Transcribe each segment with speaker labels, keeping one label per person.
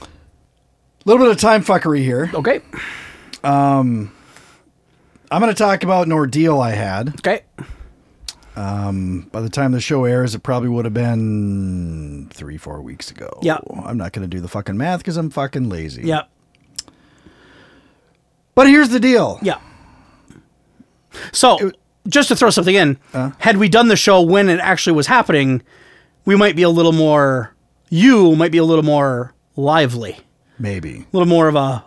Speaker 1: A little bit of time fuckery here.
Speaker 2: Okay.
Speaker 1: I'm going to talk about an ordeal I had.
Speaker 2: Okay.
Speaker 1: By the time the show airs, it probably would have been three, four weeks ago.
Speaker 2: Yeah.
Speaker 1: I'm not going to do the fucking math because I'm fucking lazy.
Speaker 2: Yeah.
Speaker 1: But here's the deal.
Speaker 2: Yeah. So, just to throw something in, had we done the show when it actually was happening, we might be a little more. You might be a little more lively,
Speaker 1: Maybe.
Speaker 2: a little more of a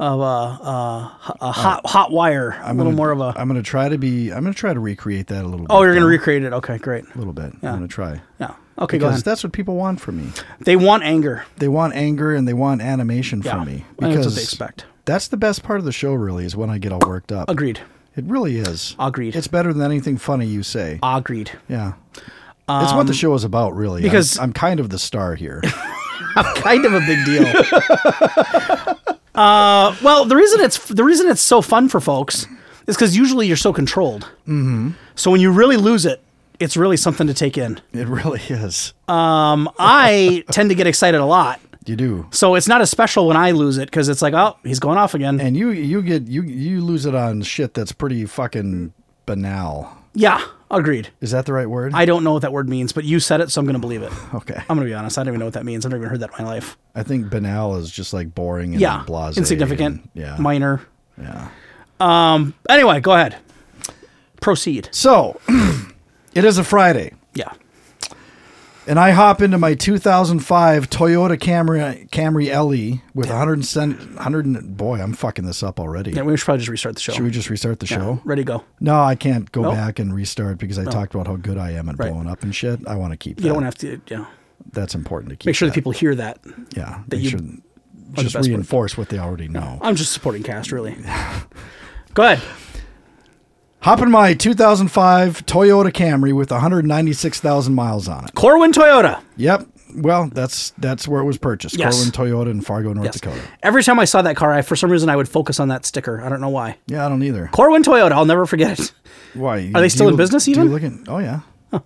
Speaker 2: of a, a, a hot hot wire, a little more of a.
Speaker 1: I'm going to try to be, I'm going to try to recreate that a little bit.
Speaker 2: oh, you're gonna
Speaker 1: though.
Speaker 2: recreate it. Okay, great.
Speaker 1: A little bit. I'm going to try.
Speaker 2: No. Okay, go
Speaker 1: Because
Speaker 2: ahead.
Speaker 1: that's what people want from me.
Speaker 2: They want anger.
Speaker 1: They want anger and they want animation from me.
Speaker 2: I think
Speaker 1: Because
Speaker 2: that's what they expect.
Speaker 1: that's the best part of the show, really, is when I get all worked up.
Speaker 2: Agreed.
Speaker 1: It really is.
Speaker 2: Agreed. Uh,
Speaker 1: It's better than anything funny you say.
Speaker 2: Agreed.
Speaker 1: Yeah. it's what the show is about, really. I'm-
Speaker 2: um, because-
Speaker 1: I'm, kind of the star here.
Speaker 2: kind of a big deal. uh, well, the reason it's the reason it's so fun for folks is because usually you're so controlled. Mm-hmm. So when you really lose it, it's really something to take in.
Speaker 1: it really is.
Speaker 2: Uh, I tend to get excited a lot,
Speaker 1: You do,
Speaker 2: so it's not as special when I lose it because it's like, oh, he's going off again.
Speaker 1: and you you get you you lose it on shit that's pretty fucking banal.
Speaker 2: yeah, agreed.
Speaker 1: Is that the right word?
Speaker 2: I um, don't know what that word means, but you said it, so I'm going to believe it.
Speaker 1: okay.
Speaker 2: I'm going to be honest. I don't even know what that means. I've never even heard that in my life.
Speaker 1: I think banal is just like boring and
Speaker 2: Yeah,
Speaker 1: blasé.
Speaker 2: insignificant.
Speaker 1: and- yeah.
Speaker 2: minor.
Speaker 1: yeah.
Speaker 2: Anyway, go ahead. Proceed.
Speaker 1: So, it is a Friday.
Speaker 2: Yeah.
Speaker 1: And I hop into my 2005 Toyota Camry Camry LE with 100 100 and- boy, I'm fucking this up already.
Speaker 2: Yeah, we should probably just restart the show.
Speaker 1: Should we just restart the show?
Speaker 2: Ready, go.
Speaker 1: No, I can't go
Speaker 2: Nope.
Speaker 1: back and restart because I talked about how good I am at
Speaker 2: Right.
Speaker 1: blowing up and shit. I want to keep that.
Speaker 2: You don't have to, you know,
Speaker 1: That's important to keep.
Speaker 2: make sure that
Speaker 1: that.
Speaker 2: people hear that.
Speaker 1: yeah,
Speaker 2: that
Speaker 1: make
Speaker 2: you
Speaker 1: sure-
Speaker 2: are the
Speaker 1: just
Speaker 2: best
Speaker 1: reinforce what they already know.
Speaker 2: I'm just supporting cast, really. Go ahead.
Speaker 1: Hop in my 2005 Toyota Camry with 196,000 miles on it.
Speaker 2: Corwin Toyota.
Speaker 1: Yep. Well, that's that's where it was purchased.
Speaker 2: Yes.
Speaker 1: Corwin Toyota in Fargo, North
Speaker 2: Yes.
Speaker 1: Dakota.
Speaker 2: Every time I saw that car, I for some reason I would focus on that sticker. I don't know why.
Speaker 1: Yeah, I don't either.
Speaker 2: Corwin Toyota. I'll never forget it.
Speaker 1: Why?
Speaker 2: Are they still in business
Speaker 1: do
Speaker 2: even?
Speaker 1: You look at, oh yeah. Do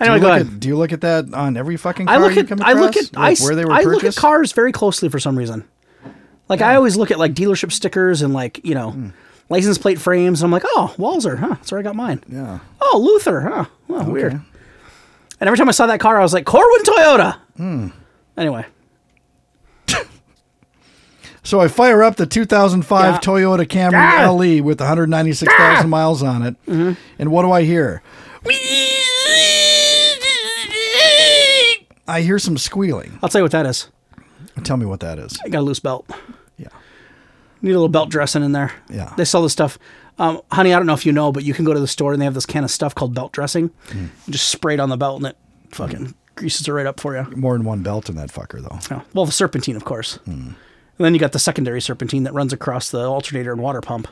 Speaker 2: Anyway,
Speaker 1: you,
Speaker 2: go
Speaker 1: look
Speaker 2: ahead.
Speaker 1: at, do you look at that on every fucking car
Speaker 2: I look
Speaker 1: you
Speaker 2: at
Speaker 1: come
Speaker 2: I
Speaker 1: across?
Speaker 2: look at I,
Speaker 1: like
Speaker 2: s-
Speaker 1: where they were
Speaker 2: I look at
Speaker 1: purchased?
Speaker 2: cars very closely for some reason. Like I always look at like dealership stickers and like you know
Speaker 1: Hmm.
Speaker 2: license plate frames, and I'm like, oh, Walzer, huh? That's where I got mine.
Speaker 1: Yeah.
Speaker 2: Oh, Luther, huh? Well, weird. And every time I saw that car, I was like, Corwin Toyota.
Speaker 1: Hmm.
Speaker 2: Anyway,
Speaker 1: So I fire up the 2005
Speaker 2: Yeah.
Speaker 1: Toyota Camry
Speaker 2: Ah!
Speaker 1: LE with 196,000 miles on it,
Speaker 2: Mm-hmm.
Speaker 1: and what do I hear? I hear some squealing.
Speaker 2: I'll tell you what that is.
Speaker 1: Tell me what that is.
Speaker 2: I got a loose belt.
Speaker 1: Yeah.
Speaker 2: Need a little belt dressing in there.
Speaker 1: Yeah.
Speaker 2: They sell this stuff. Um, honey, I don't know if you know, but you can go to the store and they have this can of stuff called belt dressing.
Speaker 1: Hmm.
Speaker 2: You just spray it on the belt and it fucking greases it right up for you.
Speaker 1: More than one belt in that fucker though.
Speaker 2: Yeah. Well, the serpentine, of course.
Speaker 1: Hmm.
Speaker 2: And then you got the secondary serpentine that runs across the alternator and water pump.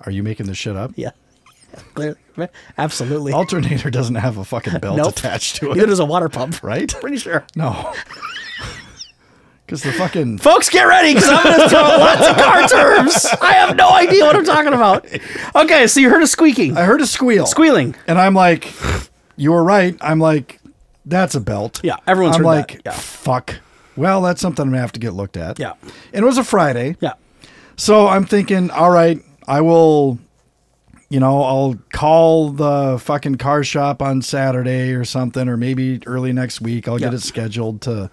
Speaker 1: Are you making this shit up?
Speaker 2: Yeah. Clearly. Absolutely.
Speaker 1: Alternator doesn't have a fucking belt
Speaker 2: Nope.
Speaker 1: attached to
Speaker 2: Neither
Speaker 1: it,
Speaker 2: does a water pump.
Speaker 1: right?
Speaker 2: Pretty sure.
Speaker 1: No. Because the fucking
Speaker 2: Folks, get ready because I'm going to throw lots of car terms. I have no idea what I'm talking about. Okay, so you heard a squeaking,
Speaker 1: I heard a squeal.
Speaker 2: squealing.
Speaker 1: And I'm like, you were right. I'm like, that's a belt.
Speaker 2: Yeah, everyone's
Speaker 1: I'm
Speaker 2: heard
Speaker 1: like,
Speaker 2: that. Yeah.
Speaker 1: fuck. Well, that's something I'm gonna have to get looked at.
Speaker 2: Yeah.
Speaker 1: And it was a Friday.
Speaker 2: Yeah.
Speaker 1: So I'm thinking, all right, I will, you know, I'll call the fucking car shop on Saturday or something, or maybe early next week. I'll get
Speaker 2: Yeah.
Speaker 1: it scheduled to,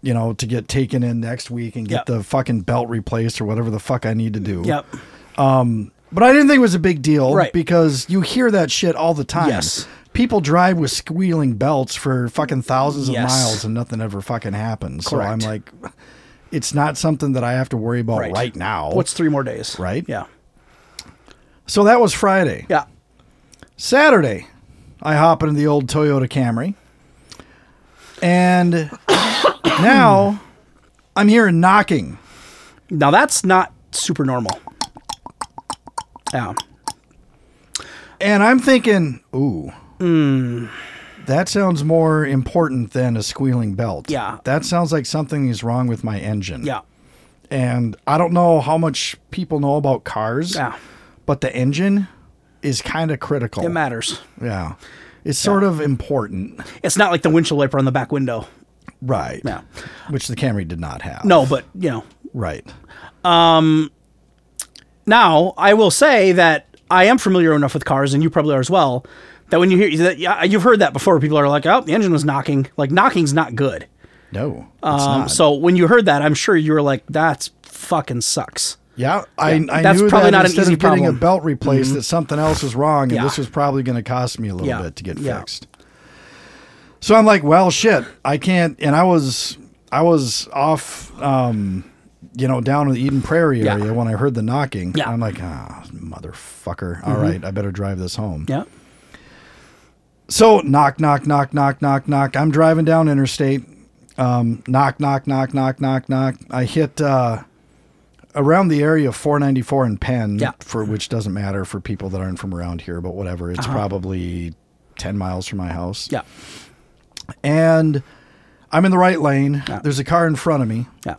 Speaker 1: you know, to get taken in next week and get
Speaker 2: Yeah.
Speaker 1: the fucking belt replaced or whatever the fuck I need to do.
Speaker 2: Yep.
Speaker 1: But I didn't think it was a big deal
Speaker 2: Right.
Speaker 1: because you hear that shit all the time.
Speaker 2: Yes.
Speaker 1: People drive with squealing belts for fucking thousands of
Speaker 2: Yes.
Speaker 1: miles and nothing ever fucking happens.
Speaker 2: Correct.
Speaker 1: So I'm like, it's not something that I have to worry about right,
Speaker 2: Right.
Speaker 1: now.
Speaker 2: What's three more days?
Speaker 1: Right?
Speaker 2: Yeah.
Speaker 1: so that was Friday.
Speaker 2: Yeah.
Speaker 1: Saturday, I hop into the old Toyota Camry. And now I'm hearing knocking.
Speaker 2: Now that's not super normal. Yeah.
Speaker 1: And I'm thinking, ooh,
Speaker 2: Hmm.
Speaker 1: that sounds more important than a squealing belt.
Speaker 2: Yeah.
Speaker 1: That sounds like something is wrong with my engine.
Speaker 2: Yeah.
Speaker 1: And I don't know how much people know about cars,
Speaker 2: Yeah.
Speaker 1: but the engine is kind of critical.
Speaker 2: It matters.
Speaker 1: yeah. It's sort of important.
Speaker 2: It's not like the windshield wiper on the back window.
Speaker 1: Right.
Speaker 2: Yeah.
Speaker 1: Which the Camry did not have.
Speaker 2: No, but you know.
Speaker 1: Right.
Speaker 2: Now I will say that I am familiar enough with cars, and you probably are as well. That when you hear that, yeah, you've heard that before. People are like, "Oh, the engine was knocking." Like knocking's not good.
Speaker 1: No. It's
Speaker 2: Um,
Speaker 1: not.
Speaker 2: so when you heard that, I'm sure you were like, "That's fucking sucks."
Speaker 1: Yeah, I, I
Speaker 2: that's
Speaker 1: knew
Speaker 2: probably
Speaker 1: that
Speaker 2: not an
Speaker 1: instead
Speaker 2: easy
Speaker 1: of getting
Speaker 2: problem. Mm-hmm.
Speaker 1: a belt replaced, that something else was wrong, and
Speaker 2: Yeah.
Speaker 1: this was probably going to cost me a little
Speaker 2: Yeah.
Speaker 1: bit to get
Speaker 2: Yeah.
Speaker 1: fixed. So I'm like, well, shit, I can't. And I was, I was off, um, you know, down in the Eden Prairie
Speaker 2: Yeah.
Speaker 1: area when I heard the knocking.
Speaker 2: Yeah. Mm-hmm.
Speaker 1: I'm like, ah, motherfucker. All right, I better drive this home.
Speaker 2: Yeah.
Speaker 1: So knock, knock, knock, knock, knock, knock. I'm driving down interstate. Um, knock, knock, knock, knock, knock, knock. I hit uh, around the area of 494 and Penn,
Speaker 2: Yeah.
Speaker 1: for which doesn't matter for people that aren't from around here, but whatever. It's probably 10 miles from my house.
Speaker 2: Uh-huh. Yeah.
Speaker 1: And I'm in the right lane. There's a car in front of me,
Speaker 2: Yeah.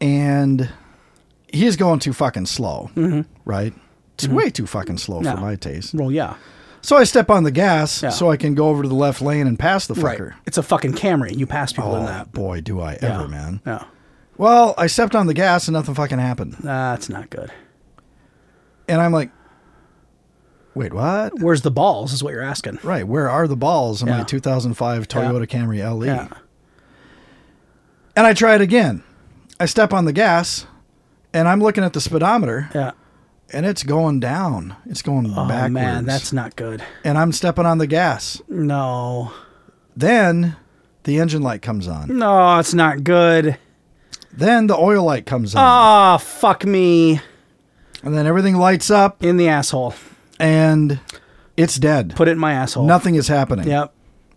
Speaker 1: and he is going too fucking slow,
Speaker 2: Mm-hmm.
Speaker 1: right? It's way too fucking slow
Speaker 2: Yeah.
Speaker 1: for my taste.
Speaker 2: Well, yeah.
Speaker 1: So I step on the gas
Speaker 2: Yeah.
Speaker 1: so I can go over to the left lane and pass the fucker.
Speaker 2: It's a fucking Camry. You pass people in
Speaker 1: Oh,
Speaker 2: that.
Speaker 1: boy, do I
Speaker 2: Yeah.
Speaker 1: ever, man.
Speaker 2: Yeah.
Speaker 1: Well, I stepped on the gas and nothing fucking happened.
Speaker 2: That's not good.
Speaker 1: And I'm like, wait, what?
Speaker 2: Where's the balls? Is what you're asking.
Speaker 1: Right, where are the balls in
Speaker 2: Yeah.
Speaker 1: my 2005 Toyota Camry LE?
Speaker 2: Yeah.
Speaker 1: And I try it again. I step on the gas and I'm looking at the speedometer
Speaker 2: Yeah.
Speaker 1: and it's going down. It's going
Speaker 2: Oh
Speaker 1: backwards.
Speaker 2: man, that's not good.
Speaker 1: and I'm stepping on the gas.
Speaker 2: No.
Speaker 1: Then the engine light comes on.
Speaker 2: No, it's not good.
Speaker 1: Then the oil light comes on.
Speaker 2: Ah, fuck me
Speaker 1: and then everything lights up
Speaker 2: in the asshole.
Speaker 1: and it's dead.
Speaker 2: Put it in my asshole.
Speaker 1: Nothing is happening.
Speaker 2: Yep.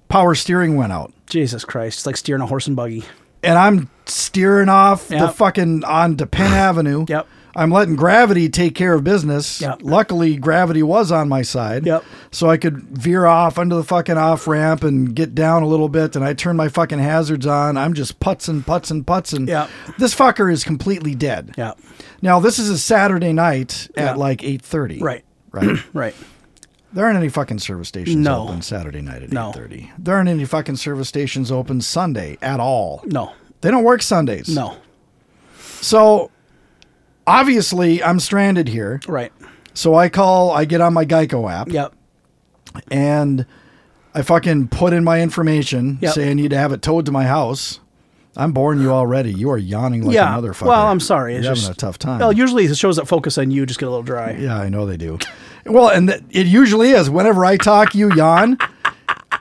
Speaker 1: Power steering went out.
Speaker 2: Jesus Christ. It's like steering a horse and buggy.
Speaker 1: and I'm steering off the
Speaker 2: Yep.
Speaker 1: fucking onto Penn Avenue.
Speaker 2: Yep.
Speaker 1: I'm letting gravity take care of business.
Speaker 2: Yep.
Speaker 1: Luckily, gravity was on my side.
Speaker 2: Yep.
Speaker 1: So I could veer off under the fucking off ramp and get down a little bit. And I turn my fucking hazards on. I'm just putzing, putzing, putzing.
Speaker 2: Yep.
Speaker 1: This fucker is completely dead.
Speaker 2: Yeah.
Speaker 1: Now this is a Saturday night at
Speaker 2: Yeah.
Speaker 1: like eight thirty.
Speaker 2: Right.
Speaker 1: Right.
Speaker 2: Right.
Speaker 1: There aren't any fucking service stations
Speaker 2: No.
Speaker 1: open Saturday night at
Speaker 2: No.
Speaker 1: eight thirty. There aren't any fucking service stations open Sunday at all.
Speaker 2: No.
Speaker 1: They don't work Sundays.
Speaker 2: No.
Speaker 1: So obviously, I'm stranded here.
Speaker 2: Right.
Speaker 1: So I call, I get on my Geico app,
Speaker 2: Yep.
Speaker 1: and I fucking put in my information,
Speaker 2: Yep.
Speaker 1: say I need to have it towed to my house. I'm boring you already. You are yawning like
Speaker 2: yeah.
Speaker 1: a motherfucker.
Speaker 2: Well, I'm sorry.
Speaker 1: You're
Speaker 2: It's
Speaker 1: having
Speaker 2: just,
Speaker 1: a tough time.
Speaker 2: Well, usually the shows that focus on you just get a little dry.
Speaker 1: yeah, I know they do. Well, and th- it usually is. Whenever I talk, you yawn.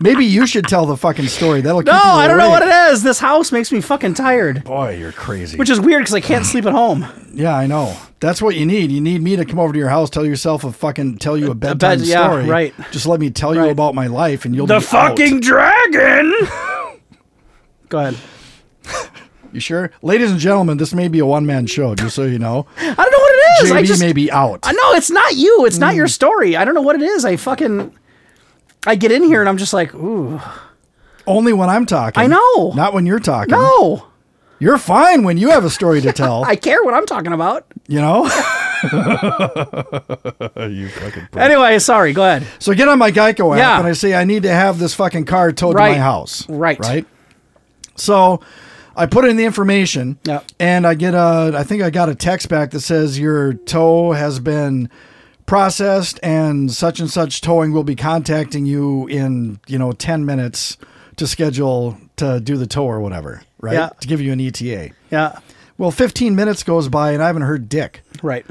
Speaker 1: Maybe you should tell the fucking story. That'll keep
Speaker 2: No,
Speaker 1: people
Speaker 2: I don't know
Speaker 1: awake.
Speaker 2: what it is. This house makes me fucking tired,
Speaker 1: Boy, you're crazy.
Speaker 2: which is weird because I can't sleep at home.
Speaker 1: yeah, I know. That's what you need. You need me to come over to your house, tell yourself a fucking, tell you a bedtime
Speaker 2: yeah,
Speaker 1: story.
Speaker 2: right.
Speaker 1: Just let me tell you
Speaker 2: Right.
Speaker 1: about my life, and you'll
Speaker 2: The
Speaker 1: be out.
Speaker 2: fucking dragon. Go ahead.
Speaker 1: You sure, ladies and gentlemen? This may be a one man show, just so you know.
Speaker 2: I don't know what it is. I
Speaker 1: JB
Speaker 2: just
Speaker 1: may be out.
Speaker 2: I know it's not you. It's not your story. I don't know what it is. I fucking I get in here and I'm just like, ooh,
Speaker 1: Only when I'm talking.
Speaker 2: I know.
Speaker 1: Not when you're talking.
Speaker 2: no.
Speaker 1: You're fine when you have a story to tell.
Speaker 2: I care what I'm talking about.
Speaker 1: you know. you fucking. prick.
Speaker 2: Anyway, sorry. Go ahead.
Speaker 1: So I get on my Geico app
Speaker 2: Yeah.
Speaker 1: and I say I need to have this fucking car towed
Speaker 2: Right.
Speaker 1: to my house.
Speaker 2: Right.
Speaker 1: Right. So I put in the information
Speaker 2: Yep.
Speaker 1: and I get a I think I got a text back that says your tow has been processed and such and such towing will be contacting you in, you know, 10 minutes to schedule to do the tow or whatever, right?
Speaker 2: Yeah.
Speaker 1: To give you an ETA.
Speaker 2: Yeah.
Speaker 1: Well, 15 minutes goes by and I haven't heard dick.
Speaker 2: Right.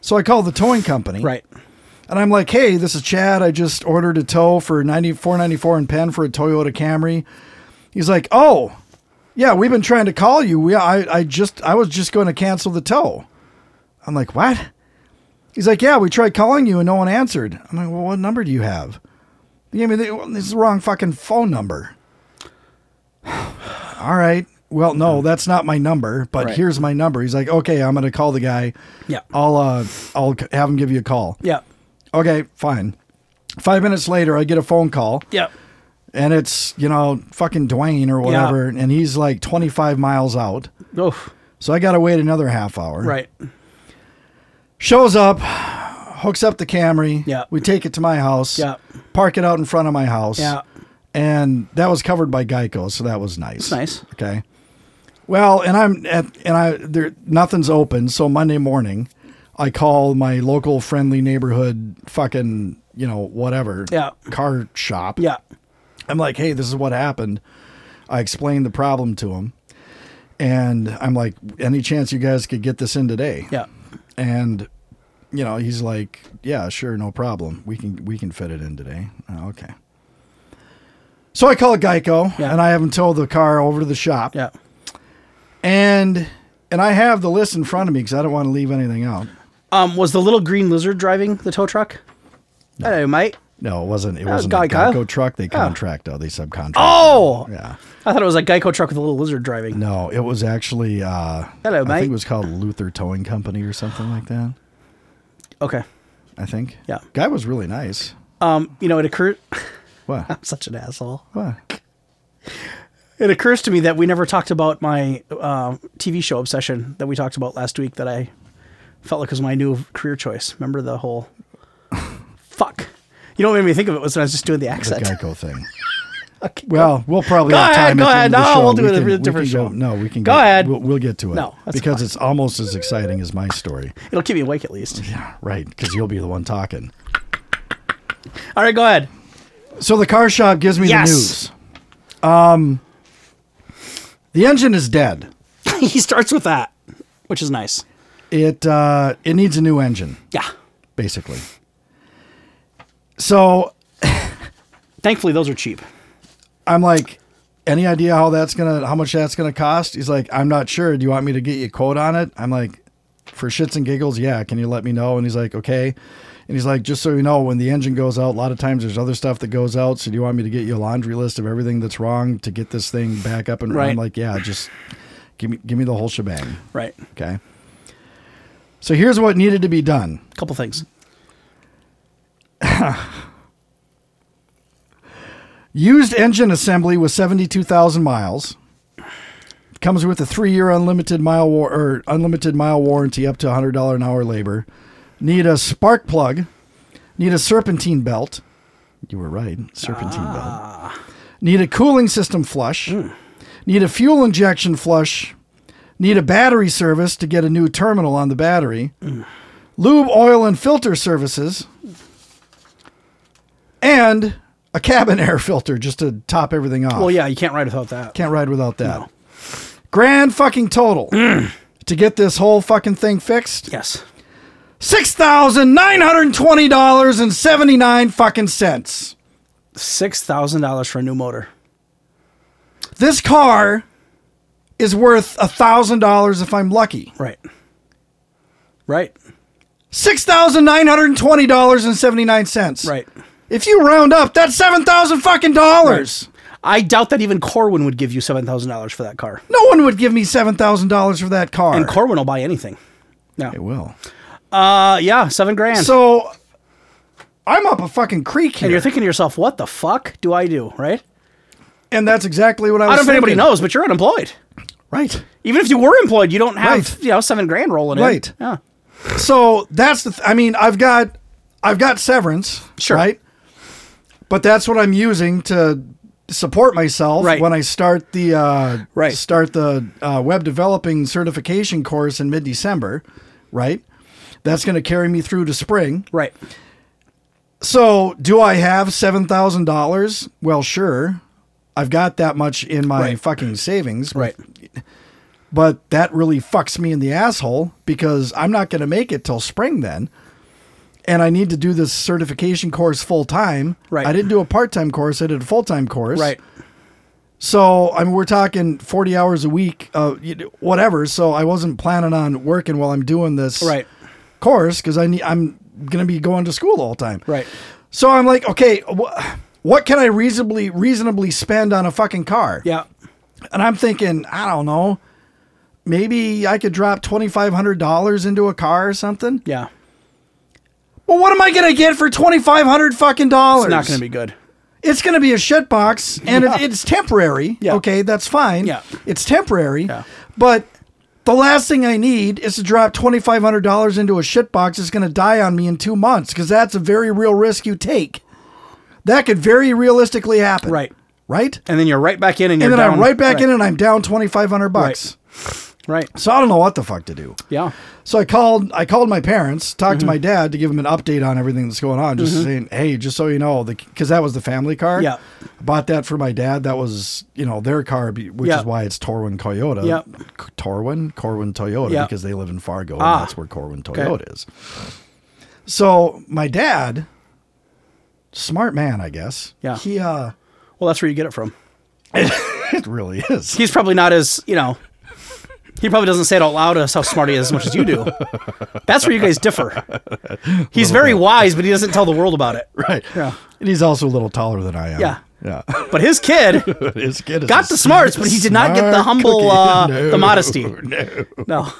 Speaker 1: So I call the towing company.
Speaker 2: Right.
Speaker 1: And I'm like, hey, this is Chad. I just ordered a tow for 94.94 in Penn for a Toyota Camry. He's like, oh, yeah, we've been trying to call you. We, I, I just, I was just going to cancel the tow. I'm like, what? He's like, yeah, we tried calling you and no one answered. I'm like, well, what number do you have? He gave me the, well, this is the wrong fucking phone number. All right. well, no, that's not my number, but
Speaker 2: Right.
Speaker 1: here's my number. He's like, okay, I'm going to call the guy.
Speaker 2: Yeah.
Speaker 1: I'll, uh, I'll c- have him give you a call.
Speaker 2: Yeah.
Speaker 1: Okay, fine. Five minutes later, I get a phone call
Speaker 2: Yeah.
Speaker 1: and it's, you know, fucking Dwayne or whatever. And he's like 25 miles out.
Speaker 2: Oh,
Speaker 1: So I got to wait another half hour.
Speaker 2: right.
Speaker 1: Shows up, hooks up the Camry.
Speaker 2: Yeah.
Speaker 1: We take it to my house.
Speaker 2: Yeah.
Speaker 1: Park it out in front of my house.
Speaker 2: Yeah.
Speaker 1: And that was covered by Geico, so that was nice.
Speaker 2: nice.
Speaker 1: Okay. Well, and I'm at and I there nothing's open, so Monday morning I call my local friendly neighborhood fucking, you know, whatever
Speaker 2: Yeah.
Speaker 1: car shop.
Speaker 2: Yeah.
Speaker 1: I'm like, hey, this is what happened. I explained the problem to him. And I'm like, any chance you guys could get this in today?
Speaker 2: Yeah.
Speaker 1: And you know, he's like, "Yeah, sure, no problem. We can we can fit it in today." Oh, okay. So I call Geico
Speaker 2: Yeah.
Speaker 1: and I have him tow the car over to the shop.
Speaker 2: Yeah.
Speaker 1: And and I have the list in front of me because I don't want to leave anything out.
Speaker 2: Um, was the little green lizard driving the tow truck? I don't know, might.
Speaker 1: No, it wasn't. It wasn't a
Speaker 2: Geico.
Speaker 1: Geico truck. They contract though. They subcontract.
Speaker 2: Oh,
Speaker 1: yeah.
Speaker 2: I thought it was a Geico truck with a little lizard driving.
Speaker 1: No, it was actually. Uh,
Speaker 2: Hello,
Speaker 1: I think
Speaker 2: mate.
Speaker 1: it was called Luther Towing Company or something like that.
Speaker 2: Okay.
Speaker 1: I think.
Speaker 2: Yeah.
Speaker 1: Guy was really nice.
Speaker 2: Um, you know, it occurred.
Speaker 1: What?
Speaker 2: I'm such an asshole.
Speaker 1: What?
Speaker 2: It occurs to me that we never talked about my uh, TV show obsession that we talked about last week that I felt like was my new career choice. Remember the whole fuck. You know what made me think of it was when I was just doing the
Speaker 1: The
Speaker 2: accent.
Speaker 1: Geico thing.
Speaker 2: Okay, go-
Speaker 1: Well, we'll probably
Speaker 2: Go
Speaker 1: have
Speaker 2: ahead,
Speaker 1: time.
Speaker 2: go
Speaker 1: at the
Speaker 2: ahead.
Speaker 1: end of the
Speaker 2: No,
Speaker 1: show.
Speaker 2: we'll do
Speaker 1: We
Speaker 2: it
Speaker 1: can-
Speaker 2: in a
Speaker 1: we
Speaker 2: different
Speaker 1: can go-
Speaker 2: show.
Speaker 1: no, we can
Speaker 2: Go ahead.
Speaker 1: We'll, we'll get to it.
Speaker 2: No, that's
Speaker 1: because
Speaker 2: fine.
Speaker 1: it's almost as exciting as my story.
Speaker 2: It'll keep me awake at least.
Speaker 1: Yeah, right. Because you'll be the one talking.
Speaker 2: All right, go ahead.
Speaker 1: So the car shop gives me
Speaker 2: Yes.
Speaker 1: the news. Um, the engine is dead.
Speaker 2: he starts with that, which is nice.
Speaker 1: It uh, it needs a new engine,
Speaker 2: Yeah.
Speaker 1: basically. So
Speaker 2: Thankfully, those are cheap.
Speaker 1: I'm like, any idea how that's gonna, how much that's gonna cost? He's like, I'm not sure. Do you want me to get you a quote on it? I'm like, for shits and giggles, yeah. Can you let me know? And he's like, okay. And he's like, just so you know, when the engine goes out, a lot of times there's other stuff that goes out. So do you want me to get you a laundry list of everything that's wrong to get this thing back up and
Speaker 2: Right.
Speaker 1: I'm like, yeah, just give me give me the whole shebang.
Speaker 2: Right.
Speaker 1: Okay. So here's what needed to be done.
Speaker 2: Couple things.
Speaker 1: Used engine assembly with 72,000 miles. Comes with a three year unlimited mile war- or unlimited mile warranty up to $100 an hour labor. Need a spark plug. Need a serpentine belt. You were right. Serpentine
Speaker 2: Ah.
Speaker 1: belt. Need a cooling system flush.
Speaker 2: Hmm.
Speaker 1: Need a fuel injection flush. Need a battery service to get a new terminal on the battery.
Speaker 2: Hmm.
Speaker 1: Lube, oil, and filter services and a cabin air filter just to top everything off.
Speaker 2: Well, yeah, you can't ride without that.
Speaker 1: Can't ride without that. Grand fucking total
Speaker 2: Mm.
Speaker 1: to get this whole fucking thing fixed.
Speaker 2: Yes.
Speaker 1: Six thousand nine hundred twenty dollars and seventy nine fucking cents.
Speaker 2: Six thousand dollars for a new motor.
Speaker 1: This car is worth a thousand dollars if I'm lucky.
Speaker 2: Right. Right.
Speaker 1: Six thousand nine hundred twenty dollars and seventy nine cents.
Speaker 2: Right.
Speaker 1: If you round up, that's seven thousand fucking dollars.
Speaker 2: I doubt that even Corwin would give you seven thousand dollars for that car.
Speaker 1: No one would give me seven thousand dollars for that car.
Speaker 2: And Corwin will buy anything.
Speaker 1: it will.
Speaker 2: Uh, yeah, seven grand.
Speaker 1: So I'm up a fucking creek here.
Speaker 2: and you're thinking to yourself, what the fuck do I do? Right?
Speaker 1: And that's exactly what I was
Speaker 2: I don't know if anybody
Speaker 1: thinking.
Speaker 2: knows, but you're unemployed.
Speaker 1: Right.
Speaker 2: Even if you were employed, you don't have
Speaker 1: Right.
Speaker 2: you know seven grand rolling
Speaker 1: Right.
Speaker 2: in. Yeah.
Speaker 1: So that's the th- I mean, I've got I've got severance,
Speaker 2: Sure.
Speaker 1: right? But that's what I'm using to support myself
Speaker 2: Right.
Speaker 1: when I start the uh
Speaker 2: Right.
Speaker 1: start the uh, web developing certification course in mid-December, right? That's going to carry me through to spring.
Speaker 2: Right.
Speaker 1: So, do I have $7,000? Well, sure. I've got that much in my
Speaker 2: Right.
Speaker 1: fucking savings,
Speaker 2: Right.
Speaker 1: but that really fucks me in the asshole because I'm not going to make it till spring then. And I need to do this certification course full time.
Speaker 2: Right.
Speaker 1: I didn't do a part time course, I did a full time course.
Speaker 2: Right.
Speaker 1: So, I mean, we're talking 40 hours a week, uh, you know, whatever. So, I wasn't planning on working while I'm doing this
Speaker 2: Right.
Speaker 1: course because I need, I'm going to be going to school all the time.
Speaker 2: Right.
Speaker 1: So, I'm like, okay, wh- what can I reasonably, reasonably spend on a fucking car?
Speaker 2: Yeah.
Speaker 1: And I'm thinking, I don't know, maybe I could drop $2,500 into a car or something.
Speaker 2: Yeah.
Speaker 1: Well, what am I going to get for $2,500 fucking dollars?
Speaker 2: It's not going to be good.
Speaker 1: It's going to be a shit box, and
Speaker 2: Yeah.
Speaker 1: it, it's temporary.
Speaker 2: Yeah.
Speaker 1: Okay, that's fine.
Speaker 2: Yeah.
Speaker 1: It's temporary.
Speaker 2: Yeah.
Speaker 1: But the last thing I need is to drop twenty five hundred dollars into a shit box that's going to die on me in two months because that's a very real risk you take. That could very realistically happen.
Speaker 2: Right.
Speaker 1: Right.
Speaker 2: And then you're right back in and you're
Speaker 1: And then
Speaker 2: down.
Speaker 1: I'm right back in, and I'm down twenty five hundred bucks.
Speaker 2: Right.
Speaker 1: So I don't know what the fuck to do.
Speaker 2: Yeah.
Speaker 1: So I called I called my parents, talked
Speaker 2: Mm-hmm.
Speaker 1: to my dad to give him an update on everything that's going on, just saying, "Hey, just so you know, the cuz that was the family car.
Speaker 2: Yeah.
Speaker 1: I bought that for my dad. That was, you know, their car be- which
Speaker 2: Yeah.
Speaker 1: is why it's Torwin Toyota.
Speaker 2: Yep.
Speaker 1: C- Torwin, Corwin Toyota
Speaker 2: Yeah.
Speaker 1: because they live in Fargo
Speaker 2: Ah.
Speaker 1: and that's where Corwin Toyota is. So, my dad smart man, I guess.
Speaker 2: Yeah.
Speaker 1: He uh
Speaker 2: Well, that's where you get it from.
Speaker 1: it really is.
Speaker 2: He's probably not as, you know, he probably doesn't say it out loud as how smart he is as much as you do. That's where you guys differ. He's very wise, but he doesn't tell the world about it.
Speaker 1: right.
Speaker 2: Yeah.
Speaker 1: And he's also a little taller than I am.
Speaker 2: Yeah.
Speaker 1: Yeah.
Speaker 2: But his kid
Speaker 1: His kid is
Speaker 2: got
Speaker 1: a
Speaker 2: the smarts, but he did not get the
Speaker 1: smart
Speaker 2: humble,
Speaker 1: cookie.
Speaker 2: uh,
Speaker 1: No,
Speaker 2: the modesty.
Speaker 1: No.
Speaker 2: No.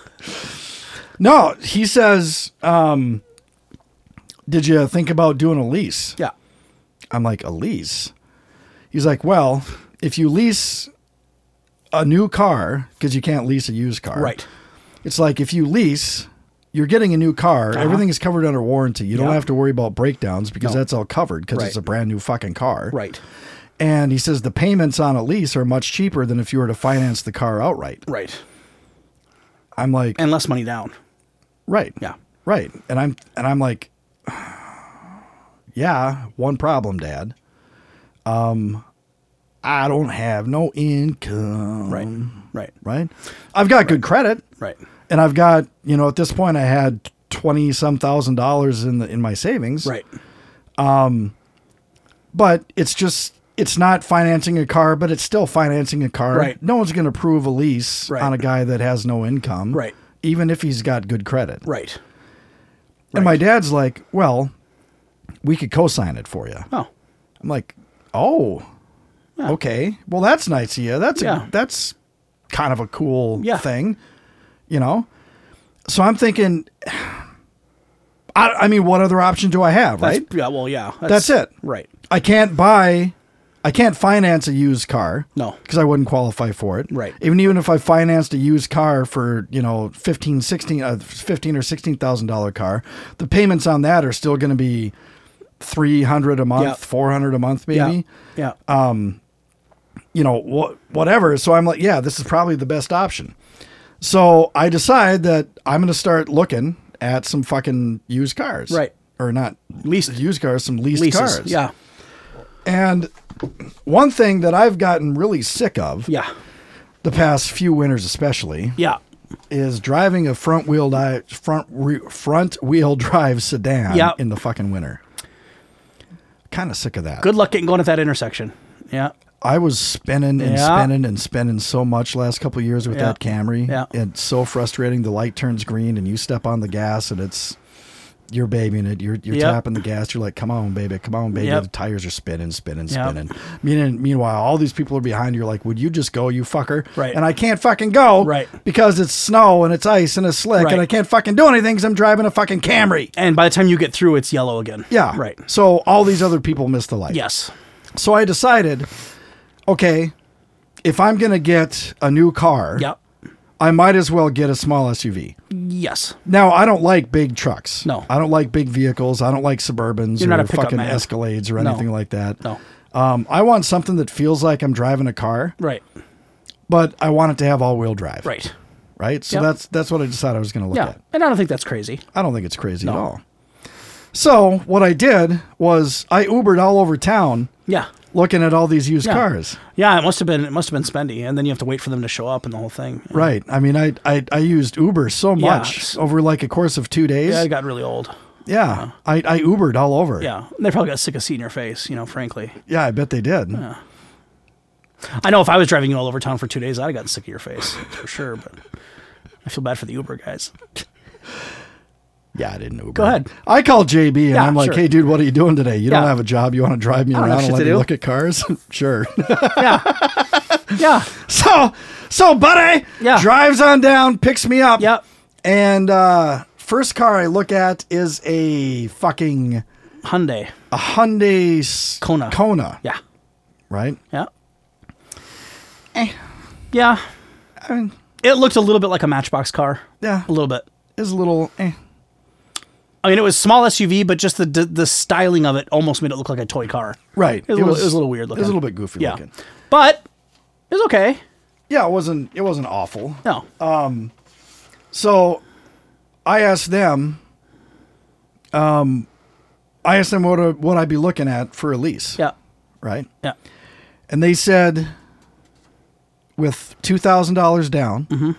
Speaker 1: No, he says, um, Did you think about doing a lease?
Speaker 2: Yeah.
Speaker 1: I'm like, A lease? He's like, Well, if you lease a new car, because you can't lease a used car.
Speaker 2: Right.
Speaker 1: It's like if you lease, you're getting a new car. Everything is covered under warranty. You
Speaker 2: Yeah.
Speaker 1: don't have to worry about breakdowns because
Speaker 2: Uh-huh. No.
Speaker 1: that's all covered because
Speaker 2: Right.
Speaker 1: it's a brand new fucking car.
Speaker 2: Right.
Speaker 1: And he says the payments on a lease are much cheaper than if you were to finance the car outright.
Speaker 2: Right.
Speaker 1: I'm like,
Speaker 2: And less money down.
Speaker 1: Right.
Speaker 2: Yeah.
Speaker 1: Right. And I'm and I'm like yeah, one problem, dad. Um I don't have no income.
Speaker 2: Right. Right.
Speaker 1: Right? I've got good credit
Speaker 2: Right.
Speaker 1: and I've got, you know, at this point I had 20 some thousand dollars in the in my savings.
Speaker 2: Right.
Speaker 1: But it's just it's not financing a car, but it's still financing a car.
Speaker 2: Right.
Speaker 1: No one's going to approve a lease
Speaker 2: Right.
Speaker 1: on a guy that has no income.
Speaker 2: Right.
Speaker 1: Even if he's got good credit.
Speaker 2: Right.
Speaker 1: And my dad's like, "Well, we could co-sign it for you."
Speaker 2: Oh.
Speaker 1: I'm like, "Oh, okay. Well, that's nice of you. That's
Speaker 2: Yeah.
Speaker 1: a, that's kind of a cool
Speaker 2: Yeah.
Speaker 1: thing, you know." So I'm thinking, I, I mean, what other option do I have,
Speaker 2: That's,
Speaker 1: right?
Speaker 2: Yeah. Well, yeah.
Speaker 1: That's it.
Speaker 2: Right.
Speaker 1: I can't buy, I can't finance a used car.
Speaker 2: No.
Speaker 1: Because I wouldn't qualify for it.
Speaker 2: Right.
Speaker 1: Even even if I financed a used car for, you know, 15, 16, uh, 15 or $16,000 car, the payments on that are still going to be 300 a month,
Speaker 2: Yeah.
Speaker 1: 400 a month maybe,
Speaker 2: Yeah. Yeah.
Speaker 1: Uh, you know, what, whatever. So I'm like, yeah, this is probably the best option. So I decide that I'm going to start looking at some fucking used cars.
Speaker 2: Right.
Speaker 1: Or not
Speaker 2: Leased.
Speaker 1: used cars, some leased
Speaker 2: Leases.
Speaker 1: cars.
Speaker 2: Yeah.
Speaker 1: And one thing that I've gotten really sick of
Speaker 2: Yeah.
Speaker 1: the past few winters, especially,
Speaker 2: Yeah.
Speaker 1: is driving a front wheel di- front re- front wheel drive sedan
Speaker 2: Yeah.
Speaker 1: in the fucking winter. Kind of sick of that.
Speaker 2: Good luck getting going at that intersection. Yeah.
Speaker 1: I was spinning and
Speaker 2: Yeah.
Speaker 1: spinning and spinning so much last couple of years with
Speaker 2: Yeah.
Speaker 1: that Camry.
Speaker 2: Yeah.
Speaker 1: It's so frustrating. The light turns green and you step on the gas and it's you're babying it. You're you're
Speaker 2: Yep.
Speaker 1: tapping the gas. You're like, come on, baby, come on, baby.
Speaker 2: Yep.
Speaker 1: The tires are spinning, spinning,
Speaker 2: Yep.
Speaker 1: spinning. Meaning, meanwhile, all these people are behind. You're like, would you just go, you fucker?
Speaker 2: Right.
Speaker 1: And I can't fucking go.
Speaker 2: Right.
Speaker 1: Because it's snow and it's ice and it's slick
Speaker 2: Right.
Speaker 1: and I can't fucking do anything because I'm driving a fucking Camry.
Speaker 2: And by the time you get through, it's yellow again.
Speaker 1: Yeah.
Speaker 2: Right.
Speaker 1: So all these other people miss the light.
Speaker 2: Yes.
Speaker 1: So I decided, okay, if I'm going to get a new car,
Speaker 2: Yep.
Speaker 1: I might as well get a small SUV.
Speaker 2: Yes.
Speaker 1: Now, I don't like big trucks.
Speaker 2: No.
Speaker 1: I don't like big vehicles. I don't like Suburbans
Speaker 2: You're
Speaker 1: or
Speaker 2: not a pickup
Speaker 1: fucking
Speaker 2: man.
Speaker 1: Escalades or
Speaker 2: No.
Speaker 1: anything like that.
Speaker 2: No.
Speaker 1: Um, I want something that feels like I'm driving a car,
Speaker 2: Right.
Speaker 1: but I want it to have all-wheel drive.
Speaker 2: Right.
Speaker 1: Right? So
Speaker 2: Yep.
Speaker 1: that's that's what I decided I was going to look
Speaker 2: Yeah.
Speaker 1: at.
Speaker 2: And I don't think that's crazy.
Speaker 1: I don't think it's crazy at all. So, what I did was I Ubered all over town
Speaker 2: Yeah.
Speaker 1: looking at all these used
Speaker 2: Yeah.
Speaker 1: cars.
Speaker 2: Yeah. It must have been. It must have been spendy, and then you have to wait for them to show up and the whole thing.
Speaker 1: Right. I mean, I I, I used Uber so much
Speaker 2: Yeah.
Speaker 1: over like a course of two days.
Speaker 2: Yeah.
Speaker 1: Yeah,
Speaker 2: It got really old.
Speaker 1: I, I Ubered all over.
Speaker 2: Yeah. They probably got sick of seeing your face. You know, frankly.
Speaker 1: yeah, I bet they did.
Speaker 2: I know if I was driving you all over town for two days, I'd have gotten sick of your face for sure. But I feel bad for the Uber guys.
Speaker 1: Yeah, I didn't Uber.
Speaker 2: Go ahead.
Speaker 1: I called JB and
Speaker 2: Yeah,
Speaker 1: I'm like,
Speaker 2: sure.
Speaker 1: "Hey, dude, what are you doing today? You
Speaker 2: Yeah.
Speaker 1: don't have a job. You want to drive me
Speaker 2: don't have
Speaker 1: around and
Speaker 2: shit
Speaker 1: let
Speaker 2: to
Speaker 1: me
Speaker 2: do."
Speaker 1: look at cars? sure.
Speaker 2: Yeah. Yeah.
Speaker 1: so So, so buddy
Speaker 2: Yeah.
Speaker 1: drives on down, picks me up.
Speaker 2: Yep.
Speaker 1: And uh, first car I look at is a fucking
Speaker 2: Hyundai.
Speaker 1: a Hyundai s-
Speaker 2: Kona.
Speaker 1: Kona.
Speaker 2: Yeah.
Speaker 1: Right.
Speaker 2: Yeah. Yeah.
Speaker 1: Eh. I mean,
Speaker 2: It looked a little bit like a Matchbox car.
Speaker 1: yeah,
Speaker 2: A little bit.
Speaker 1: is a little. Eh.
Speaker 2: I mean, it was small SUV, but just the the, the styling of it almost made it look like a toy car.
Speaker 1: Right.
Speaker 2: It was a little- it was a little weird
Speaker 1: It was a
Speaker 2: looking.
Speaker 1: little bit goofy
Speaker 2: Yeah.
Speaker 1: looking.
Speaker 2: But it was okay.
Speaker 1: Yeah, it wasn't. It wasn't awful.
Speaker 2: No.
Speaker 1: Uh, So I asked them, um, I asked them what, what I'd be looking at for a lease,
Speaker 2: yeah.
Speaker 1: right?
Speaker 2: Yeah.
Speaker 1: And they said, with $2,000 down,
Speaker 2: Mm-hmm.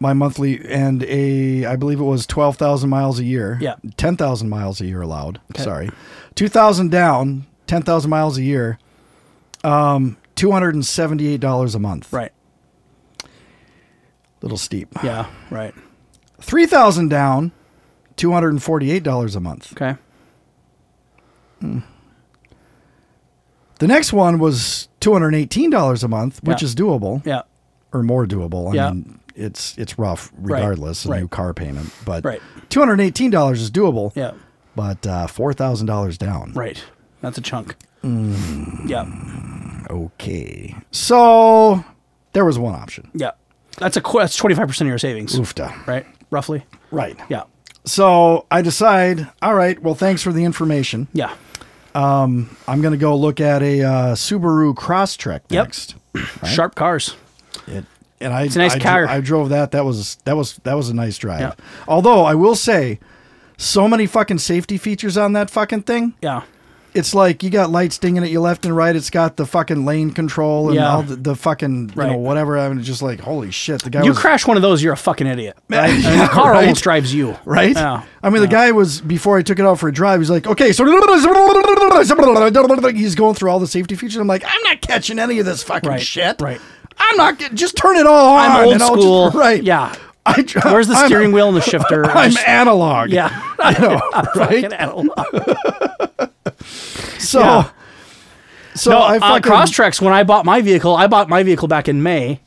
Speaker 1: my monthly, and a, I believe it was 12,000 miles a year.
Speaker 2: Yeah.
Speaker 1: 10,000 miles a year allowed. Sorry. 2,000 down, 10,000 miles a year, um, $278 a month.
Speaker 2: Right.
Speaker 1: Little steep.
Speaker 2: Yeah. Right.
Speaker 1: three thousand down, two hundred and forty-eight dollars a month.
Speaker 2: Okay.
Speaker 1: The next one was two hundred and eighteen dollars a month, which
Speaker 2: Yeah.
Speaker 1: is doable
Speaker 2: Yeah.
Speaker 1: or more doable. I
Speaker 2: Yeah.
Speaker 1: mean, it's it's rough regardless. A new
Speaker 2: Right.
Speaker 1: car payment, but
Speaker 2: Right.
Speaker 1: two hundred and eighteen dollars is doable.
Speaker 2: Yeah.
Speaker 1: But uh, four thousand dollars down.
Speaker 2: Right. That's a chunk.
Speaker 1: Mm.
Speaker 2: Yeah.
Speaker 1: Okay. So there was one option.
Speaker 2: Yeah. That's a qu- that's twenty five percent of your savings.
Speaker 1: Oofta.
Speaker 2: Right. Roughly.
Speaker 1: Right.
Speaker 2: Yeah.
Speaker 1: So I decide. All right. Well, thanks for the information.
Speaker 2: Yeah.
Speaker 1: I'm gonna go look at a uh, Subaru Crosstrek
Speaker 2: Yep.
Speaker 1: next.
Speaker 2: Sharp cars.
Speaker 1: It, and I,
Speaker 2: a nice
Speaker 1: I, dro-
Speaker 2: car.
Speaker 1: I drove that. That was that was that was a nice drive.
Speaker 2: Yeah.
Speaker 1: Although I will say, so many fucking safety features on that fucking thing.
Speaker 2: Yeah.
Speaker 1: It's like you got lights dinging at you left and right. It's got the fucking lane control and
Speaker 2: Yeah.
Speaker 1: all the, the fucking you know
Speaker 2: Right.
Speaker 1: whatever. I'm just like holy shit. The guy
Speaker 2: You
Speaker 1: was
Speaker 2: crash one of those, you're a fucking idiot.
Speaker 1: I-
Speaker 2: I mean, the car
Speaker 1: right?
Speaker 2: almost drives you.
Speaker 1: Right?
Speaker 2: Yeah.
Speaker 1: I mean, the guy was, before I took it out for a drive, he's like, okay, so he's going through all the safety features. I'm like, I'm not catching any of this fucking
Speaker 2: Right,
Speaker 1: shit.
Speaker 2: right.
Speaker 1: I'm not, get- just turn it all on.
Speaker 2: I'm old
Speaker 1: and I'll just-
Speaker 2: school.
Speaker 1: right.
Speaker 2: Yeah.
Speaker 1: I, dr-
Speaker 2: Where's the
Speaker 1: I'm-
Speaker 2: steering wheel and the shifter?
Speaker 1: I'm analog.
Speaker 2: yeah.
Speaker 1: I know,
Speaker 2: Fucking
Speaker 1: right?
Speaker 2: animal.
Speaker 1: So,
Speaker 2: Yeah.
Speaker 1: so
Speaker 2: No,
Speaker 1: I
Speaker 2: uh,
Speaker 1: fucking,
Speaker 2: Crosstrex. When I bought my vehicle, I bought my vehicle back in May,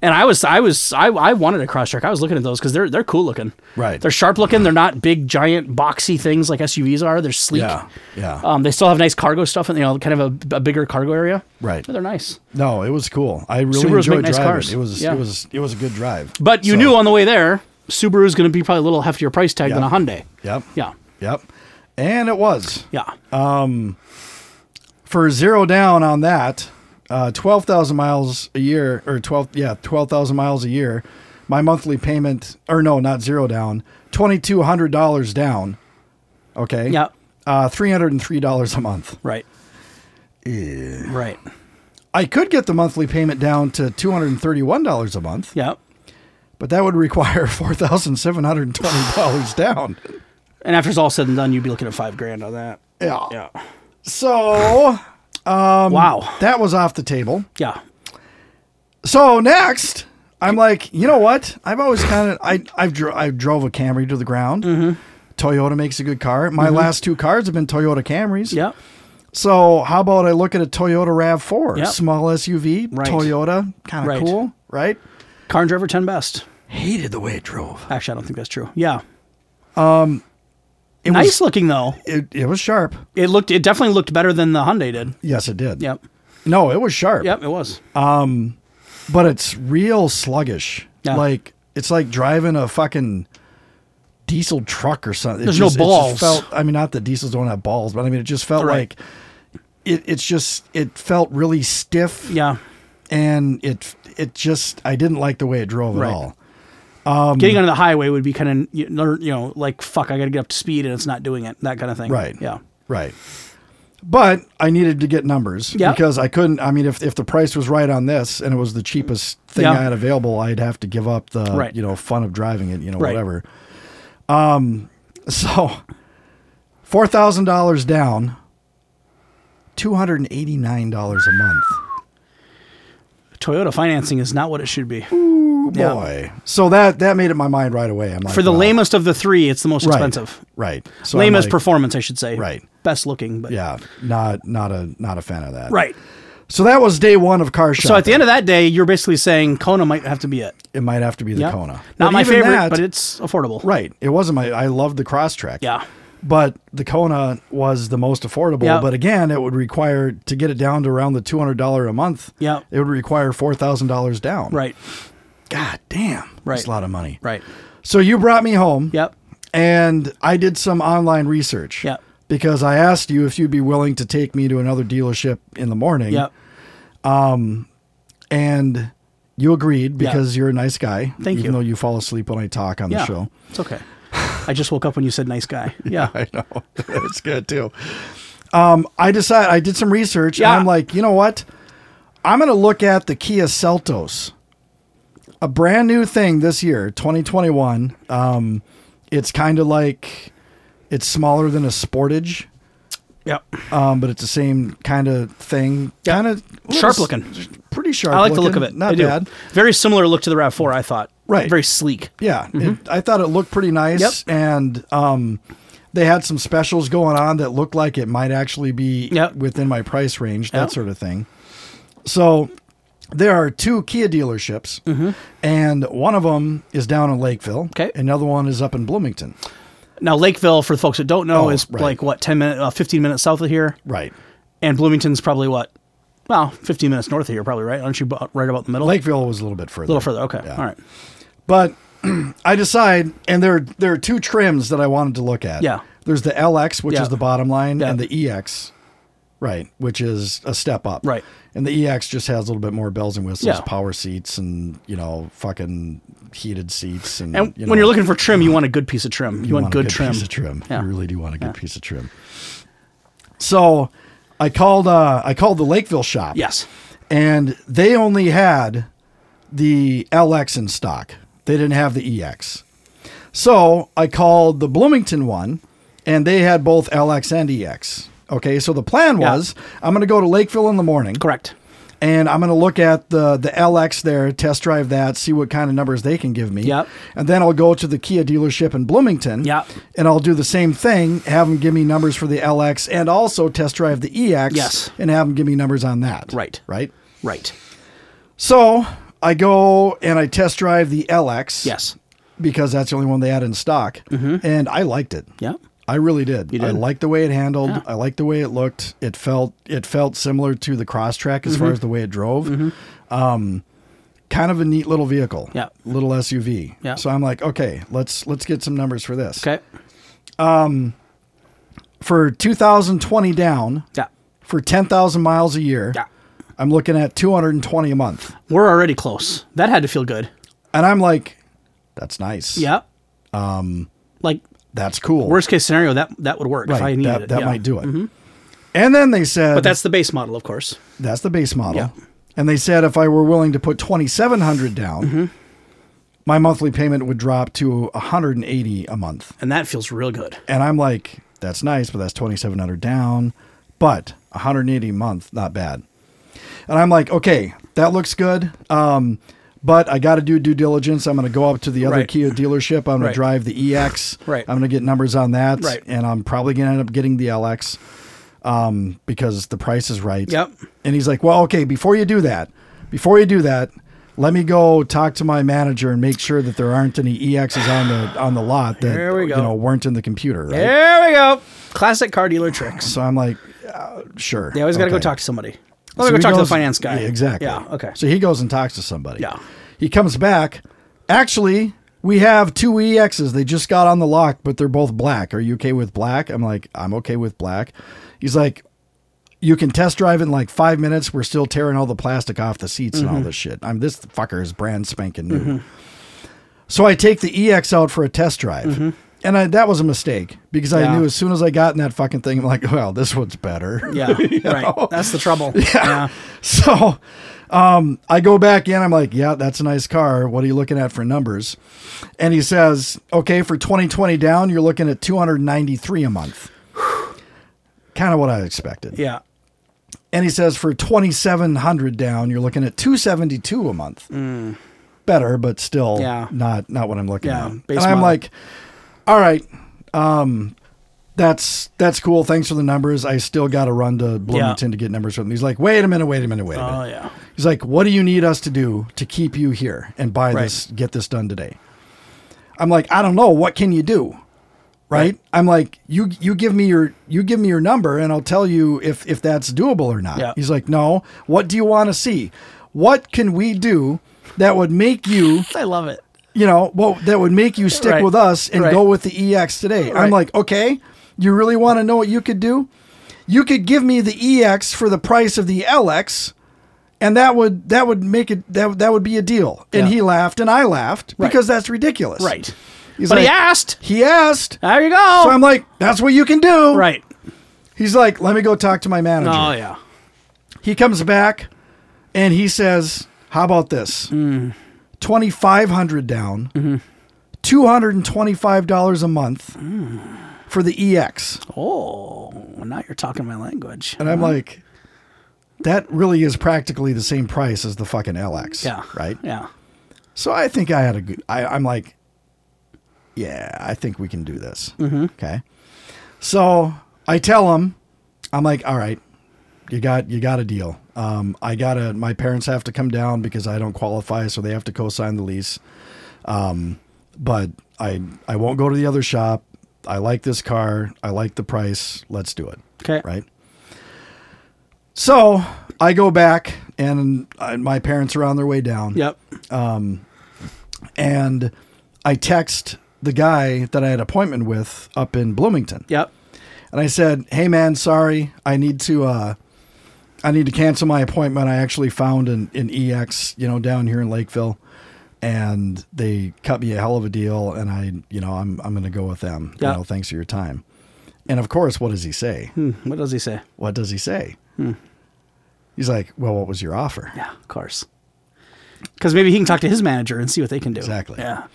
Speaker 2: and I was I was I, I wanted a Crosstrek. I was looking at those because they're they're cool looking.
Speaker 1: Right.
Speaker 2: They're sharp looking. They're not big, giant, boxy things like SUVs are. They're sleek.
Speaker 1: Yeah. Yeah.
Speaker 2: Um, they still have nice cargo stuff and you know kind of a, a bigger cargo area.
Speaker 1: Right.
Speaker 2: They're nice.
Speaker 1: no, it was cool. I really
Speaker 2: Subarus make
Speaker 1: enjoyed
Speaker 2: nice
Speaker 1: driving.
Speaker 2: cars.
Speaker 1: It was,
Speaker 2: Yeah.
Speaker 1: it was, it was a good drive.
Speaker 2: But you
Speaker 1: So,
Speaker 2: knew on the way there, Subaru's going to be probably a little heftier price tag than
Speaker 1: Yeah.
Speaker 2: a Hyundai.
Speaker 1: Yep.
Speaker 2: Yeah.
Speaker 1: Yep. And it was.
Speaker 2: Yeah.
Speaker 1: for zero down on that, uh, twelve thousand miles a year, or twelve, yeah, twelve thousand miles a year. My monthly payment, or no, not zero down, twenty two hundred dollars down. Okay.
Speaker 2: Yeah.
Speaker 1: Uh, three hundred and three dollars a month.
Speaker 2: right. Right.
Speaker 1: I could get the monthly payment down to two hundred and thirty one dollars a month,
Speaker 2: Yeah.
Speaker 1: but that would require four thousand seven hundred and twenty dollars down.
Speaker 2: And after it's all said and done, you'd be looking at five grand on that.
Speaker 1: Yeah.
Speaker 2: Yeah.
Speaker 1: So Um,
Speaker 2: wow.
Speaker 1: that was off the table.
Speaker 2: Yeah.
Speaker 1: So next, I'm like, you know what? I've always kind of I I've dro- I drove a Camry to the ground. Toyota makes a good car. My last two cars have been Toyota Camrys.
Speaker 2: Yeah.
Speaker 1: So how about I look at a Toyota Rav Four,
Speaker 2: Yep.
Speaker 1: small SUV,
Speaker 2: Right.
Speaker 1: Toyota, kind of
Speaker 2: Right.
Speaker 1: cool, right?
Speaker 2: Car and driver ten best.
Speaker 1: Hated the way it drove.
Speaker 2: Actually, I don't think that's true. Yeah.
Speaker 1: It
Speaker 2: nice
Speaker 1: was
Speaker 2: looking though.
Speaker 1: it, it was sharp.
Speaker 2: It looked. It definitely looked better than the Hyundai did.
Speaker 1: Yes, it did.
Speaker 2: Yep.
Speaker 1: No, it was sharp.
Speaker 2: Yep. It was.
Speaker 1: Um, But it's real sluggish.
Speaker 2: Yeah.
Speaker 1: Like it's like driving a fucking diesel truck or something. It
Speaker 2: There's no
Speaker 1: it
Speaker 2: balls.
Speaker 1: felt, I mean, not that diesels don't have balls, but I mean, it just felt
Speaker 2: Right.
Speaker 1: like it, it's just it felt really stiff.
Speaker 2: yeah.
Speaker 1: and it it just I didn't like the way it drove
Speaker 2: Right.
Speaker 1: at all.
Speaker 2: Getting onto the highway would be kind of you know you know, like fuck. I got to get up to speed, and it's not doing it. That kind of thing.
Speaker 1: Right.
Speaker 2: Yeah.
Speaker 1: Right. But I needed to get numbers
Speaker 2: Yeah.
Speaker 1: because I couldn't. I mean, if, if the price was right on this and it was the cheapest thing
Speaker 2: Yeah.
Speaker 1: I had available, I'd have to give up the
Speaker 2: Right.
Speaker 1: you know fun of driving it, you know
Speaker 2: Right.
Speaker 1: whatever. Um, so four thousand dollars down, two hundred and eighty nine dollars a month.
Speaker 2: Toyota financing is not what it should be. Yeah.
Speaker 1: Boy, so that that made up my mind right away. I'm like,
Speaker 2: For the
Speaker 1: wow.
Speaker 2: lamest of the three, it's the most
Speaker 1: right,
Speaker 2: expensive.
Speaker 1: right? So I'm
Speaker 2: Lamest
Speaker 1: like,
Speaker 2: performance, I should say.
Speaker 1: Right.
Speaker 2: Best looking, but
Speaker 1: Yeah, not not a not a fan of that.
Speaker 2: Right.
Speaker 1: So that was day one of car shopping.
Speaker 2: So at the end of that day, you're basically saying Kona might have to be it.
Speaker 1: it might have to be the
Speaker 2: Yeah.
Speaker 1: Kona.
Speaker 2: Not
Speaker 1: But
Speaker 2: my
Speaker 1: even
Speaker 2: favorite,
Speaker 1: that-
Speaker 2: but it's affordable.
Speaker 1: right. It wasn't my. I loved the cross track.
Speaker 2: Yeah.
Speaker 1: But the Kona was the most affordable.
Speaker 2: Yeah.
Speaker 1: But again, it would require to get it down to around the two hundred dollar a month.
Speaker 2: Yeah.
Speaker 1: It would require four thousand dollars down.
Speaker 2: Right.
Speaker 1: God damn.
Speaker 2: Right.
Speaker 1: That's a lot of money.
Speaker 2: Right.
Speaker 1: So you brought me home.
Speaker 2: Yep.
Speaker 1: And I did some online research.
Speaker 2: Yep.
Speaker 1: Because I asked you if you'd be willing to take me to another dealership in the morning.
Speaker 2: Yep.
Speaker 1: And you agreed
Speaker 2: Yeah.
Speaker 1: because you're a nice guy.
Speaker 2: Thank
Speaker 1: even
Speaker 2: you.
Speaker 1: though you fall asleep when I talk on
Speaker 2: Yeah.
Speaker 1: the show.
Speaker 2: It's okay. I just woke up when you said nice guy. Yeah.
Speaker 1: I know. That's good too. Um, I decided I did some research
Speaker 2: Yeah.
Speaker 1: and I'm like, you know what? I'm gonna look at the Kia Seltos. A brand new thing this year, 2021. Um, it's kind of like it's smaller than a Sportage,
Speaker 2: Yep.
Speaker 1: um, but it's the same kind of thing. Kind of
Speaker 2: Sharp looking.
Speaker 1: pretty sharp.
Speaker 2: I like the look of it.
Speaker 1: Not
Speaker 2: I do.
Speaker 1: bad.
Speaker 2: Very similar look to the RAV4, I thought.
Speaker 1: Right.
Speaker 2: Very sleek.
Speaker 1: Yeah, it, I thought it looked pretty nice,
Speaker 2: Mm-hmm. Yep.
Speaker 1: and um, they had some specials going on that looked like it might actually be
Speaker 2: Yep.
Speaker 1: within my price range, that
Speaker 2: Yep.
Speaker 1: sort of thing. So there are two Kia dealerships, and one of them is down in Lakeville.
Speaker 2: Mm-hmm. Okay.
Speaker 1: another one is up in Bloomington.
Speaker 2: Now, Lakeville, for the folks that don't know,
Speaker 1: Oh,
Speaker 2: is
Speaker 1: right.
Speaker 2: like, what, 10 minutes, uh, 15 minutes south of here?
Speaker 1: Right,
Speaker 2: And Bloomington's probably what? Well, 15 minutes north of here, probably, right? Aren't you about, right about the middle?
Speaker 1: Lakeville was a little bit further.
Speaker 2: A little further. Okay.
Speaker 1: Yeah.
Speaker 2: All right.
Speaker 1: But I decide, and there there are two trims that I wanted to look at.
Speaker 2: Yeah.
Speaker 1: There's the LX, which
Speaker 2: Yeah.
Speaker 1: is the bottom line,
Speaker 2: Yeah.
Speaker 1: and the EX, right, which is a step up.
Speaker 2: Right.
Speaker 1: And the EX just has a little bit more bells and whistles,
Speaker 2: Yeah.
Speaker 1: power seats, and you know, fucking heated seats, and,
Speaker 2: And
Speaker 1: you
Speaker 2: when you're
Speaker 1: know, Uh-huh.
Speaker 2: looking for trim, you want a good piece of trim. You,
Speaker 1: you
Speaker 2: want,
Speaker 1: a
Speaker 2: good, trim.
Speaker 1: Piece of trim.
Speaker 2: Yeah.
Speaker 1: You really do want a good piece of trim. So, I called. Uh, I called the Lakeville shop.
Speaker 2: Yes.
Speaker 1: and they only had the LX in stock. They didn't have the EX. So I called the Bloomington one, and they had both LX and EX. Okay, so the plan
Speaker 2: Yeah.
Speaker 1: was I'm going to go to Lakeville in the morning,
Speaker 2: Correct.
Speaker 1: and I'm going to look at the the LX there, test drive that, see what kind of numbers they can give me.
Speaker 2: Yep.
Speaker 1: And then I'll go to the Kia dealership in Bloomington.
Speaker 2: Yep.
Speaker 1: And I'll do the same thing, have them give me numbers for the LX, and also test drive the EX.
Speaker 2: Yes.
Speaker 1: And have them give me numbers on that.
Speaker 2: Right.
Speaker 1: Right.
Speaker 2: Right.
Speaker 1: So I go and I test drive the LX.
Speaker 2: Yes. Mm-hmm.
Speaker 1: Because that's the only one they had in stock. And I liked it.
Speaker 2: Yeah.
Speaker 1: I really did. I
Speaker 2: did?
Speaker 1: liked the way it handled.
Speaker 2: Yeah.
Speaker 1: I liked the way it looked. It felt it felt similar to the Crosstrack as
Speaker 2: Mm-hmm.
Speaker 1: far as the way it drove. Um, kind of a neat little vehicle.
Speaker 2: Yeah.
Speaker 1: Little SUV.
Speaker 2: Yeah.
Speaker 1: So I'm like, okay, let's let's get some numbers for this.
Speaker 2: Okay.
Speaker 1: For 2020 down,
Speaker 2: Yeah.
Speaker 1: for 10,000 miles a year,
Speaker 2: Yeah.
Speaker 1: I'm looking at 220 a month.
Speaker 2: We're already close. That had to feel good.
Speaker 1: And I'm like, that's nice.
Speaker 2: Yeah. Um, like
Speaker 1: That's cool.
Speaker 2: worst case scenario, that that would work if I needed
Speaker 1: that,
Speaker 2: it.
Speaker 1: that
Speaker 2: yeah. Mm-hmm.
Speaker 1: might do it. And then they said,
Speaker 2: But that's the base model, of course.
Speaker 1: that's the base model.
Speaker 2: Yeah.
Speaker 1: And they said if I were willing to put twenty seven hundred down,
Speaker 2: Mm-hmm.
Speaker 1: my monthly payment would drop to hundred and eighty a month.
Speaker 2: And that feels real good.
Speaker 1: And I'm like, that's nice, but that's twenty seven hundred down, but hundred and eighty a month, not bad. And I'm like, okay, that looks good. Um, but I got to do due diligence. I'm going to go up to the other
Speaker 2: Right.
Speaker 1: Kia dealership. I'm going to
Speaker 2: Right.
Speaker 1: drive the EX.
Speaker 2: Right.
Speaker 1: I'm going to get numbers on that.
Speaker 2: Right.
Speaker 1: And I'm probably going to end up getting the LX um, because the price is right.
Speaker 2: Yep.
Speaker 1: And he's like, well, okay, before you do that, before you do that, let me go talk to my manager and make sure that there aren't any EXs on the on the lot that
Speaker 2: Here we
Speaker 1: you
Speaker 2: go.
Speaker 1: know weren't in the computer. Right.
Speaker 2: There we go. Classic car dealer tricks.
Speaker 1: So I'm like, uh, sure.
Speaker 2: They always got to go
Speaker 1: Okay.
Speaker 2: talk to somebody. Let me
Speaker 1: So
Speaker 2: Oh, go
Speaker 1: he
Speaker 2: talk to the
Speaker 1: goes-
Speaker 2: finance guy.
Speaker 1: Yeah, exactly.
Speaker 2: Yeah. Okay.
Speaker 1: So he goes and talks to somebody.
Speaker 2: Yeah.
Speaker 1: He comes back. Actually, we have two EXs. They just got on the lock, but they're both black. Are you okay with black? I'm like, I'm okay with black. He's like, you can test drive in like five minutes. We're still tearing all the plastic off the seats and
Speaker 2: Mm-hmm.
Speaker 1: all this shit. I'm this fucker is brand spanking new. So I take the EX out for a test drive. And I, that was a mistake because I
Speaker 2: Mm-hmm. Yeah.
Speaker 1: knew as soon as I got in that fucking thing, I'm like, well, this one's better.
Speaker 2: yeah. Right. That's the trouble. yeah.
Speaker 1: So um, I go back in. I'm like, yeah, that's a nice car. What are you looking at for numbers? And he says, okay, for 2020 down, you're looking at 293 a month. kind of what I expected.
Speaker 2: Yeah.
Speaker 1: And he says, for 2700 down, you're looking at 272 a month. Better, but still
Speaker 2: Mm. Yeah.
Speaker 1: not not what I'm looking
Speaker 2: Yeah,
Speaker 1: at.
Speaker 2: base
Speaker 1: and I'm
Speaker 2: model.
Speaker 1: like, all right, um, that's that's cool. Thanks for the numbers. I still got to run to Bloomington to get numbers from. them." He's like, wait a minute, wait a minute, wait a minute.
Speaker 2: Oh yeah.
Speaker 1: He's like, "What do you need us to do to keep you here and buy
Speaker 2: Right.
Speaker 1: this, get this done today?" I'm like, "I don't know. What can you do?" Right? I'm like, "You you give me your you give me your number and I'll tell you if if that's doable or not."
Speaker 2: Yeah.
Speaker 1: He's like, "No. What do you want to see? What can we do that would make you,
Speaker 2: I love it.
Speaker 1: you know, well that would make you stick
Speaker 2: Right.
Speaker 1: with us and
Speaker 2: Right.
Speaker 1: go with the EX today?" I'm
Speaker 2: Right.
Speaker 1: like, "Okay. You really want to know what you could do? You could give me the EX for the price of the LX." and that would that would make it that that would be a deal. And
Speaker 2: Yeah.
Speaker 1: he laughed, and I laughed
Speaker 2: Right.
Speaker 1: because that's ridiculous.
Speaker 2: Right.
Speaker 1: He's
Speaker 2: but
Speaker 1: like,
Speaker 2: he asked.
Speaker 1: He asked.
Speaker 2: There you go.
Speaker 1: So I'm like, that's what you can do.
Speaker 2: right.
Speaker 1: He's like, let me go talk to my manager.
Speaker 2: Oh yeah.
Speaker 1: He comes back, and he says, "How about this? Twenty five hundred down, hundred and twenty five dollars a month for the E EX."
Speaker 2: Oh, now you're talking my language.
Speaker 1: And I'm like, that really is practically the same price as the fucking LX.
Speaker 2: yeah.
Speaker 1: Right.
Speaker 2: Yeah.
Speaker 1: So I think I had a good. I, I'm like, yeah, I think we can do this. Okay. So I tell him, I'm like, all right, you got you got a deal. Um, I gotta. My parents have to come down because I don't qualify, so they have to co-sign the lease. Um, but I I won't go to the other shop. I like this car. I like the price. Let's do it.
Speaker 2: Okay.
Speaker 1: Right. So I go back, and uh, my parents are on their way down
Speaker 2: Yep.
Speaker 1: and I text the guy that I had appointment with up in Bloomington.
Speaker 2: Yep.
Speaker 1: And I said, "Hey man, sorry. I need to uh I need to cancel my appointment. I actually found an, an EX, you know, down here in Lakeville and they cut me a hell of a deal and I, you know, I'm I'm going to go with them.
Speaker 2: Yeah.
Speaker 1: You know, thanks for your time." And of course, what does he say?
Speaker 2: Hmm, What does he say?
Speaker 1: What does he say? He's like, "Well, what was your offer?"
Speaker 2: Yeah, of course. Because maybe he can talk to his manager and see what they can do.
Speaker 1: Exactly.
Speaker 2: Yeah.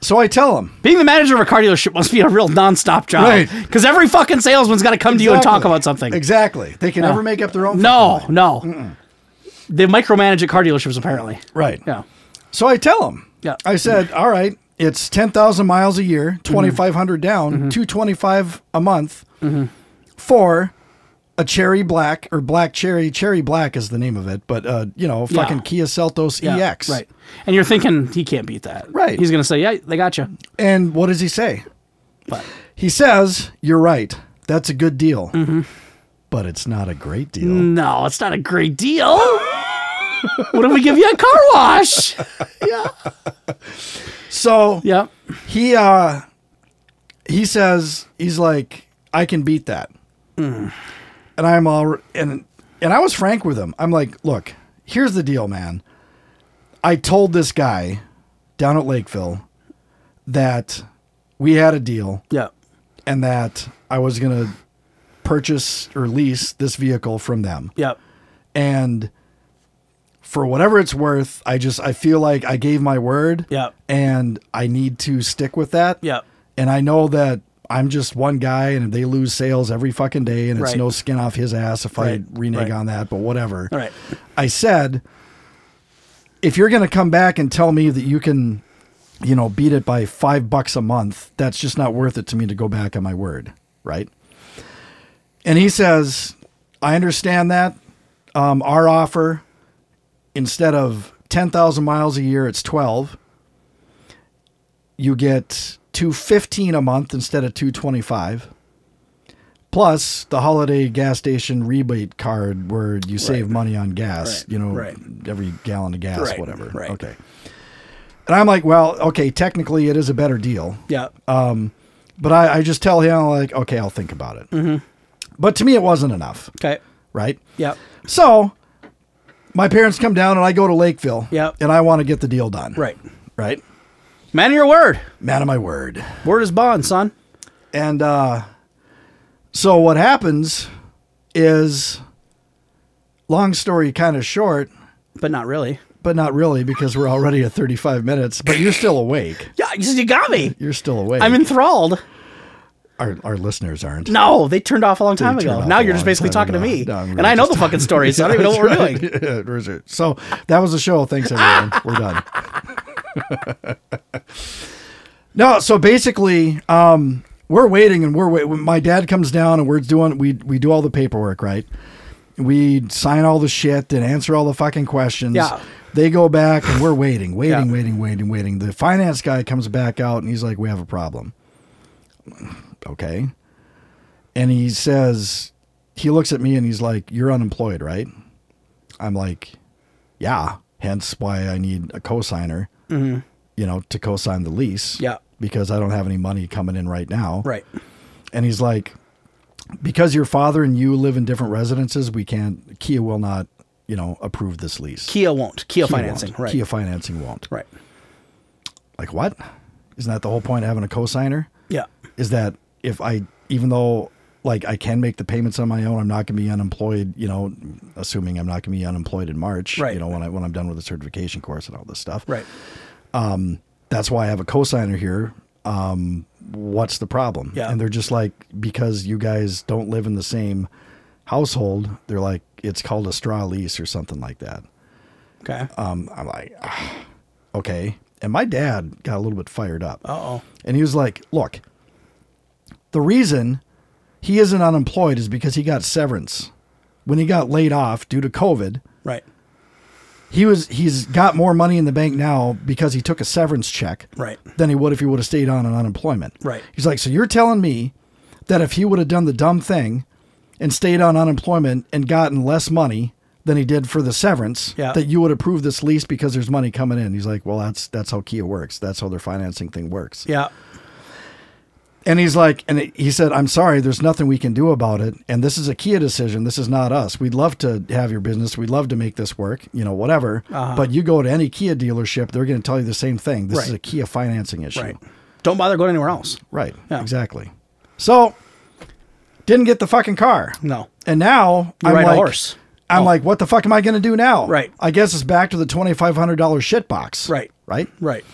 Speaker 1: So I tell him,
Speaker 2: Being the manager of a car dealership must be a real nonstop job.
Speaker 1: Right.
Speaker 2: Because every fucking salesman's got to come to you and talk
Speaker 1: Exactly.
Speaker 2: about something.
Speaker 1: Exactly. They can never make up their own
Speaker 2: No,
Speaker 1: fucking mind.
Speaker 2: no. They micromanage at car dealerships, apparently.
Speaker 1: Right.
Speaker 2: Yeah.
Speaker 1: So I tell him,
Speaker 2: Yeah. Mm-hmm.
Speaker 1: I said, all right, it's 10,000 miles a year, 2,500 down, 225 a month
Speaker 2: Mm-hmm.
Speaker 1: for a cherry black or black cherry. Cherry black is the name of it, but, uh, you know,
Speaker 2: Yeah.
Speaker 1: fucking Kia Seltos E
Speaker 2: yeah.
Speaker 1: EX.
Speaker 2: Right. And you're thinking he can't beat that.
Speaker 1: Right.
Speaker 2: He's going to say, yeah, they got you.
Speaker 1: And what does he say?
Speaker 2: But
Speaker 1: He says, you're right. That's a good deal.
Speaker 2: Mm-hmm.
Speaker 1: But it's not a great deal.
Speaker 2: no, it's not a great deal. what if we give you a car wash? yeah.
Speaker 1: So
Speaker 2: Yep.
Speaker 1: he uh he says he's like i can beat that
Speaker 2: Hmm.
Speaker 1: and i'm all and and i was frank with him i'm like look here's the deal man i told this guy down at lakeville that we had a deal
Speaker 2: Yep.
Speaker 1: and that i was gonna purchase or lease this vehicle from them
Speaker 2: Yep.
Speaker 1: and for whatever it's worth i just i feel like i gave my word
Speaker 2: Yep.
Speaker 1: and i need to stick with that
Speaker 2: Yep.
Speaker 1: and I know that I'm just one guy, and they lose sales every fucking day, and it's
Speaker 2: Right.
Speaker 1: no skin off his ass if
Speaker 2: Right,
Speaker 1: I renege
Speaker 2: right.
Speaker 1: on that. But whatever.
Speaker 2: All right.
Speaker 1: I said, if you're going to come back and tell me that you can, you know, beat it by five bucks a month, that's just not worth it to me to go back on my word, right? And he says, I understand that. Um, our offer, instead of 10,000 miles a year, it's 12. You get 215 a month instead of 225. Plus the holiday gas station rebate card where you save money on gas,
Speaker 2: Right.
Speaker 1: you know,
Speaker 2: Right.
Speaker 1: every gallon of gas,
Speaker 2: Right.
Speaker 1: whatever.
Speaker 2: Right.
Speaker 1: Okay. And I'm like, well, okay, technically it is a better deal.
Speaker 2: Yep.
Speaker 1: But I, I just tell him, like, okay, I'll think about it.
Speaker 2: Mm-hmm.
Speaker 1: But to me, it wasn't enough,
Speaker 2: okay.
Speaker 1: right?
Speaker 2: Yep.
Speaker 1: So my parents come down and I go to Lakeville.
Speaker 2: Yep.
Speaker 1: And I want to get the deal done.
Speaker 2: Right.
Speaker 1: Right.
Speaker 2: Man of your word.
Speaker 1: Man of my word.
Speaker 2: Word is bond, son.
Speaker 1: And uh, so what happens is, long story kind of short,
Speaker 2: But not really.
Speaker 1: but not really because we're already at 35 minutes, but you're still awake.
Speaker 2: Yeah, you you got me.
Speaker 1: You're still awake.
Speaker 2: I'm enthralled.
Speaker 1: our, our listeners aren't.
Speaker 2: No, they turned off a long time
Speaker 1: They turned
Speaker 2: ago.
Speaker 1: off
Speaker 2: Now
Speaker 1: a
Speaker 2: you're just
Speaker 1: long
Speaker 2: basically
Speaker 1: time
Speaker 2: talking to
Speaker 1: ago.
Speaker 2: me.
Speaker 1: No, I'm
Speaker 2: and
Speaker 1: really
Speaker 2: I know
Speaker 1: just
Speaker 2: the fucking story, so I don't even know what we're doing.
Speaker 1: Yeah, it was it. So that was the show. Thanks, everyone. We're done. no, so basically, um, we're waiting and we're waiting. My dad comes down and we're doing we we do all the paperwork, right? We sign all the shit and answer all the fucking questions.
Speaker 2: Yeah.
Speaker 1: They go back and we're waiting, waiting,
Speaker 2: Yeah.
Speaker 1: waiting, waiting, waiting. The finance guy comes back out and he's like, "We have a problem." Okay. And he says, he looks at me and he's like, "You're unemployed, right?" I'm like, "Yeah." Hence why I need a cosigner, you know, to cosign the lease.
Speaker 2: Mm-hmm. Yeah.
Speaker 1: Because I don't have any money coming in right now.
Speaker 2: Right.
Speaker 1: And he's like, because your father and you live in different residences, we can't. Kia will not, you know, approve this lease.
Speaker 2: Kia won't. Kia,
Speaker 1: Kia
Speaker 2: financing.
Speaker 1: won't.
Speaker 2: Right.
Speaker 1: Kia financing won't.
Speaker 2: Right.
Speaker 1: Like what? Isn't that the whole point of having a cosigner?
Speaker 2: Yeah.
Speaker 1: is that if I, even though like I can make the payments on my own, I'm not going to be unemployed. You know, assuming I'm not going to be unemployed in March.
Speaker 2: Right.
Speaker 1: You know, when I when I'm done with the certification course and all this stuff.
Speaker 2: Right.
Speaker 1: That's why I have a cosigner here. Um, what's the problem?
Speaker 2: Yeah.
Speaker 1: And they're just like because you guys don't live in the same household. They're like it's called a straw lease or something like that.
Speaker 2: Okay.
Speaker 1: Um, I'm like, "Ah, okay. And my dad got a little bit fired up.
Speaker 2: Uh oh.
Speaker 1: And he was like, look, the reason he isn't unemployed is because he got severance. When he got laid off due to COVID,
Speaker 2: Right.
Speaker 1: he was he's got more money in the bank now because he took a severance check
Speaker 2: Right.
Speaker 1: than he would if he would have stayed on an unemployment.
Speaker 2: Right.
Speaker 1: He's like, so you're telling me that if he would have done the dumb thing and stayed on unemployment and gotten less money than he did for the severance,
Speaker 2: Yeah.
Speaker 1: that you would approve this lease because there's money coming in. He's like, well, that's that's how Kia works. That's how their financing thing works.
Speaker 2: Yeah.
Speaker 1: And he's like, and he said, I'm sorry, there's nothing we can do about it. And this is a Kia decision. This is not us. We'd love to have your business. We'd love to make this work, you know, whatever. But you go to any Kia dealership, they're going to tell you the same thing. This is
Speaker 2: Uh-huh. Right.
Speaker 1: a Kia financing issue.
Speaker 2: Right. Don't bother going anywhere else.
Speaker 1: Right.
Speaker 2: Yeah.
Speaker 1: Exactly. So didn't get the fucking car.
Speaker 2: No.
Speaker 1: And now
Speaker 2: You
Speaker 1: I'm
Speaker 2: ride a
Speaker 1: like,
Speaker 2: horse.
Speaker 1: I'm
Speaker 2: Oh.
Speaker 1: like, what the fuck am I going to do now?
Speaker 2: Right.
Speaker 1: I guess it's back to the $2,500 shit box.
Speaker 2: Right.
Speaker 1: Right.
Speaker 2: Right.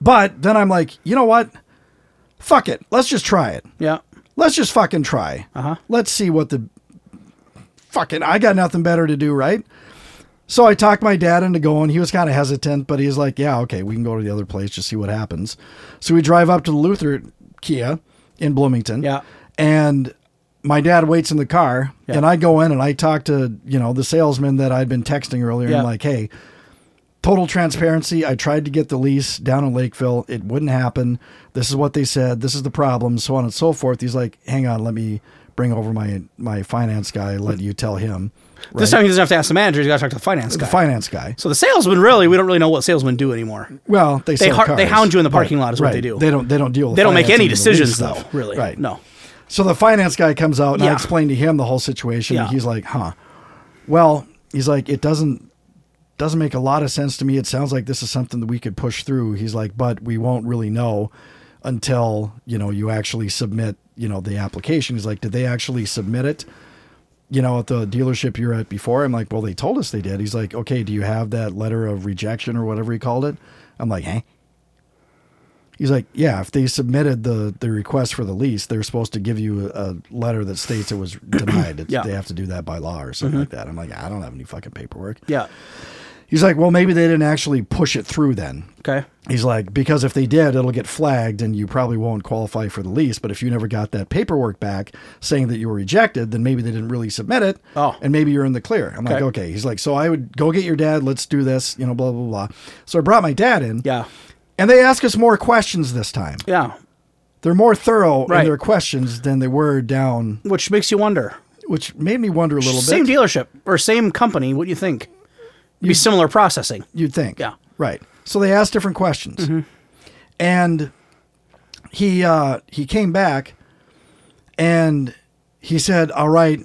Speaker 1: But then I'm like, you know what? Fuck it. Let's just try it.
Speaker 2: Yeah.
Speaker 1: let's just fucking try.
Speaker 2: Uh-huh.
Speaker 1: Let's see what the fucking I got nothing better to do, right? So I talked my dad into going. He was kind of hesitant, but he's like, "Yeah, okay, we can go to the other place, just see what happens." So we drive up to the Luther Kia in Bloomington.
Speaker 2: Yeah.
Speaker 1: And my dad waits in the car,
Speaker 2: Yeah.
Speaker 1: and I go in and I talk to, you know, the salesman that I'd been texting earlier and
Speaker 2: Yeah.
Speaker 1: I'm like, "Hey, total transparency. I tried to get the lease down in Lakeville. It wouldn't happen. This is what they said. This is the problem. So on and so forth. He's like, hang on, let me bring over my my finance guy. Let you tell him.
Speaker 2: This time he doesn't have to ask the manager. He's got to talk to the finance guy.
Speaker 1: the finance guy.
Speaker 2: so the salesman, really, we don't really know what salesmen do anymore.
Speaker 1: Well, they
Speaker 2: They
Speaker 1: sell
Speaker 2: har- they
Speaker 1: cars.
Speaker 2: hound you in the parking lot is what
Speaker 1: Right.
Speaker 2: they do.
Speaker 1: They don't. They don't deal. With
Speaker 2: They don't make any
Speaker 1: financing and the lease
Speaker 2: decisions though.
Speaker 1: stuff.
Speaker 2: Really.
Speaker 1: Right.
Speaker 2: No.
Speaker 1: So the finance guy comes out and I
Speaker 2: Yeah.
Speaker 1: explain to him the whole situation. and
Speaker 2: Yeah.
Speaker 1: He's like, huh. Well, he's like, it doesn't doesn't make a lot of sense to me. It sounds like this is something that we could push through. He's like, but we won't really know until, you know, you actually submit, you know, the application. He's like, did they actually submit it? You know, at the dealership you were at before? I'm like, well, they told us they did. He's like, okay, do you have that letter of rejection or whatever he called it? I'm like, huh? He's like, yeah, if they submitted the, the request for the lease, they're supposed to give you a, a letter that states it was denied. It's,
Speaker 2: Yeah.
Speaker 1: They have to do that by law or something like that. I'm like, I don't have any fucking paperwork.
Speaker 2: Yeah.
Speaker 1: He's like, well, maybe they didn't actually push it through then.
Speaker 2: Okay.
Speaker 1: He's like, because if they did, it'll get flagged and you probably won't qualify for the lease. But if you never got that paperwork back saying that you were rejected, then maybe they didn't really submit it.
Speaker 2: Oh.
Speaker 1: And maybe you're in the clear. I'm like,
Speaker 2: Okay.
Speaker 1: okay. He's like, so I would go get your dad. Let's do this, you know, blah, blah, blah. So I brought my dad in.
Speaker 2: Yeah.
Speaker 1: And they ask us more questions this time.
Speaker 2: Yeah.
Speaker 1: They're more thorough
Speaker 2: Right.
Speaker 1: in their questions than they were down,
Speaker 2: Which makes you wonder.
Speaker 1: which made me wonder a little bit.
Speaker 2: Same dealership or same company. What do you think? Be similar processing.
Speaker 1: You'd think.
Speaker 2: Yeah.
Speaker 1: Right. So they asked different questions. And he uh, he came back and he said, All right,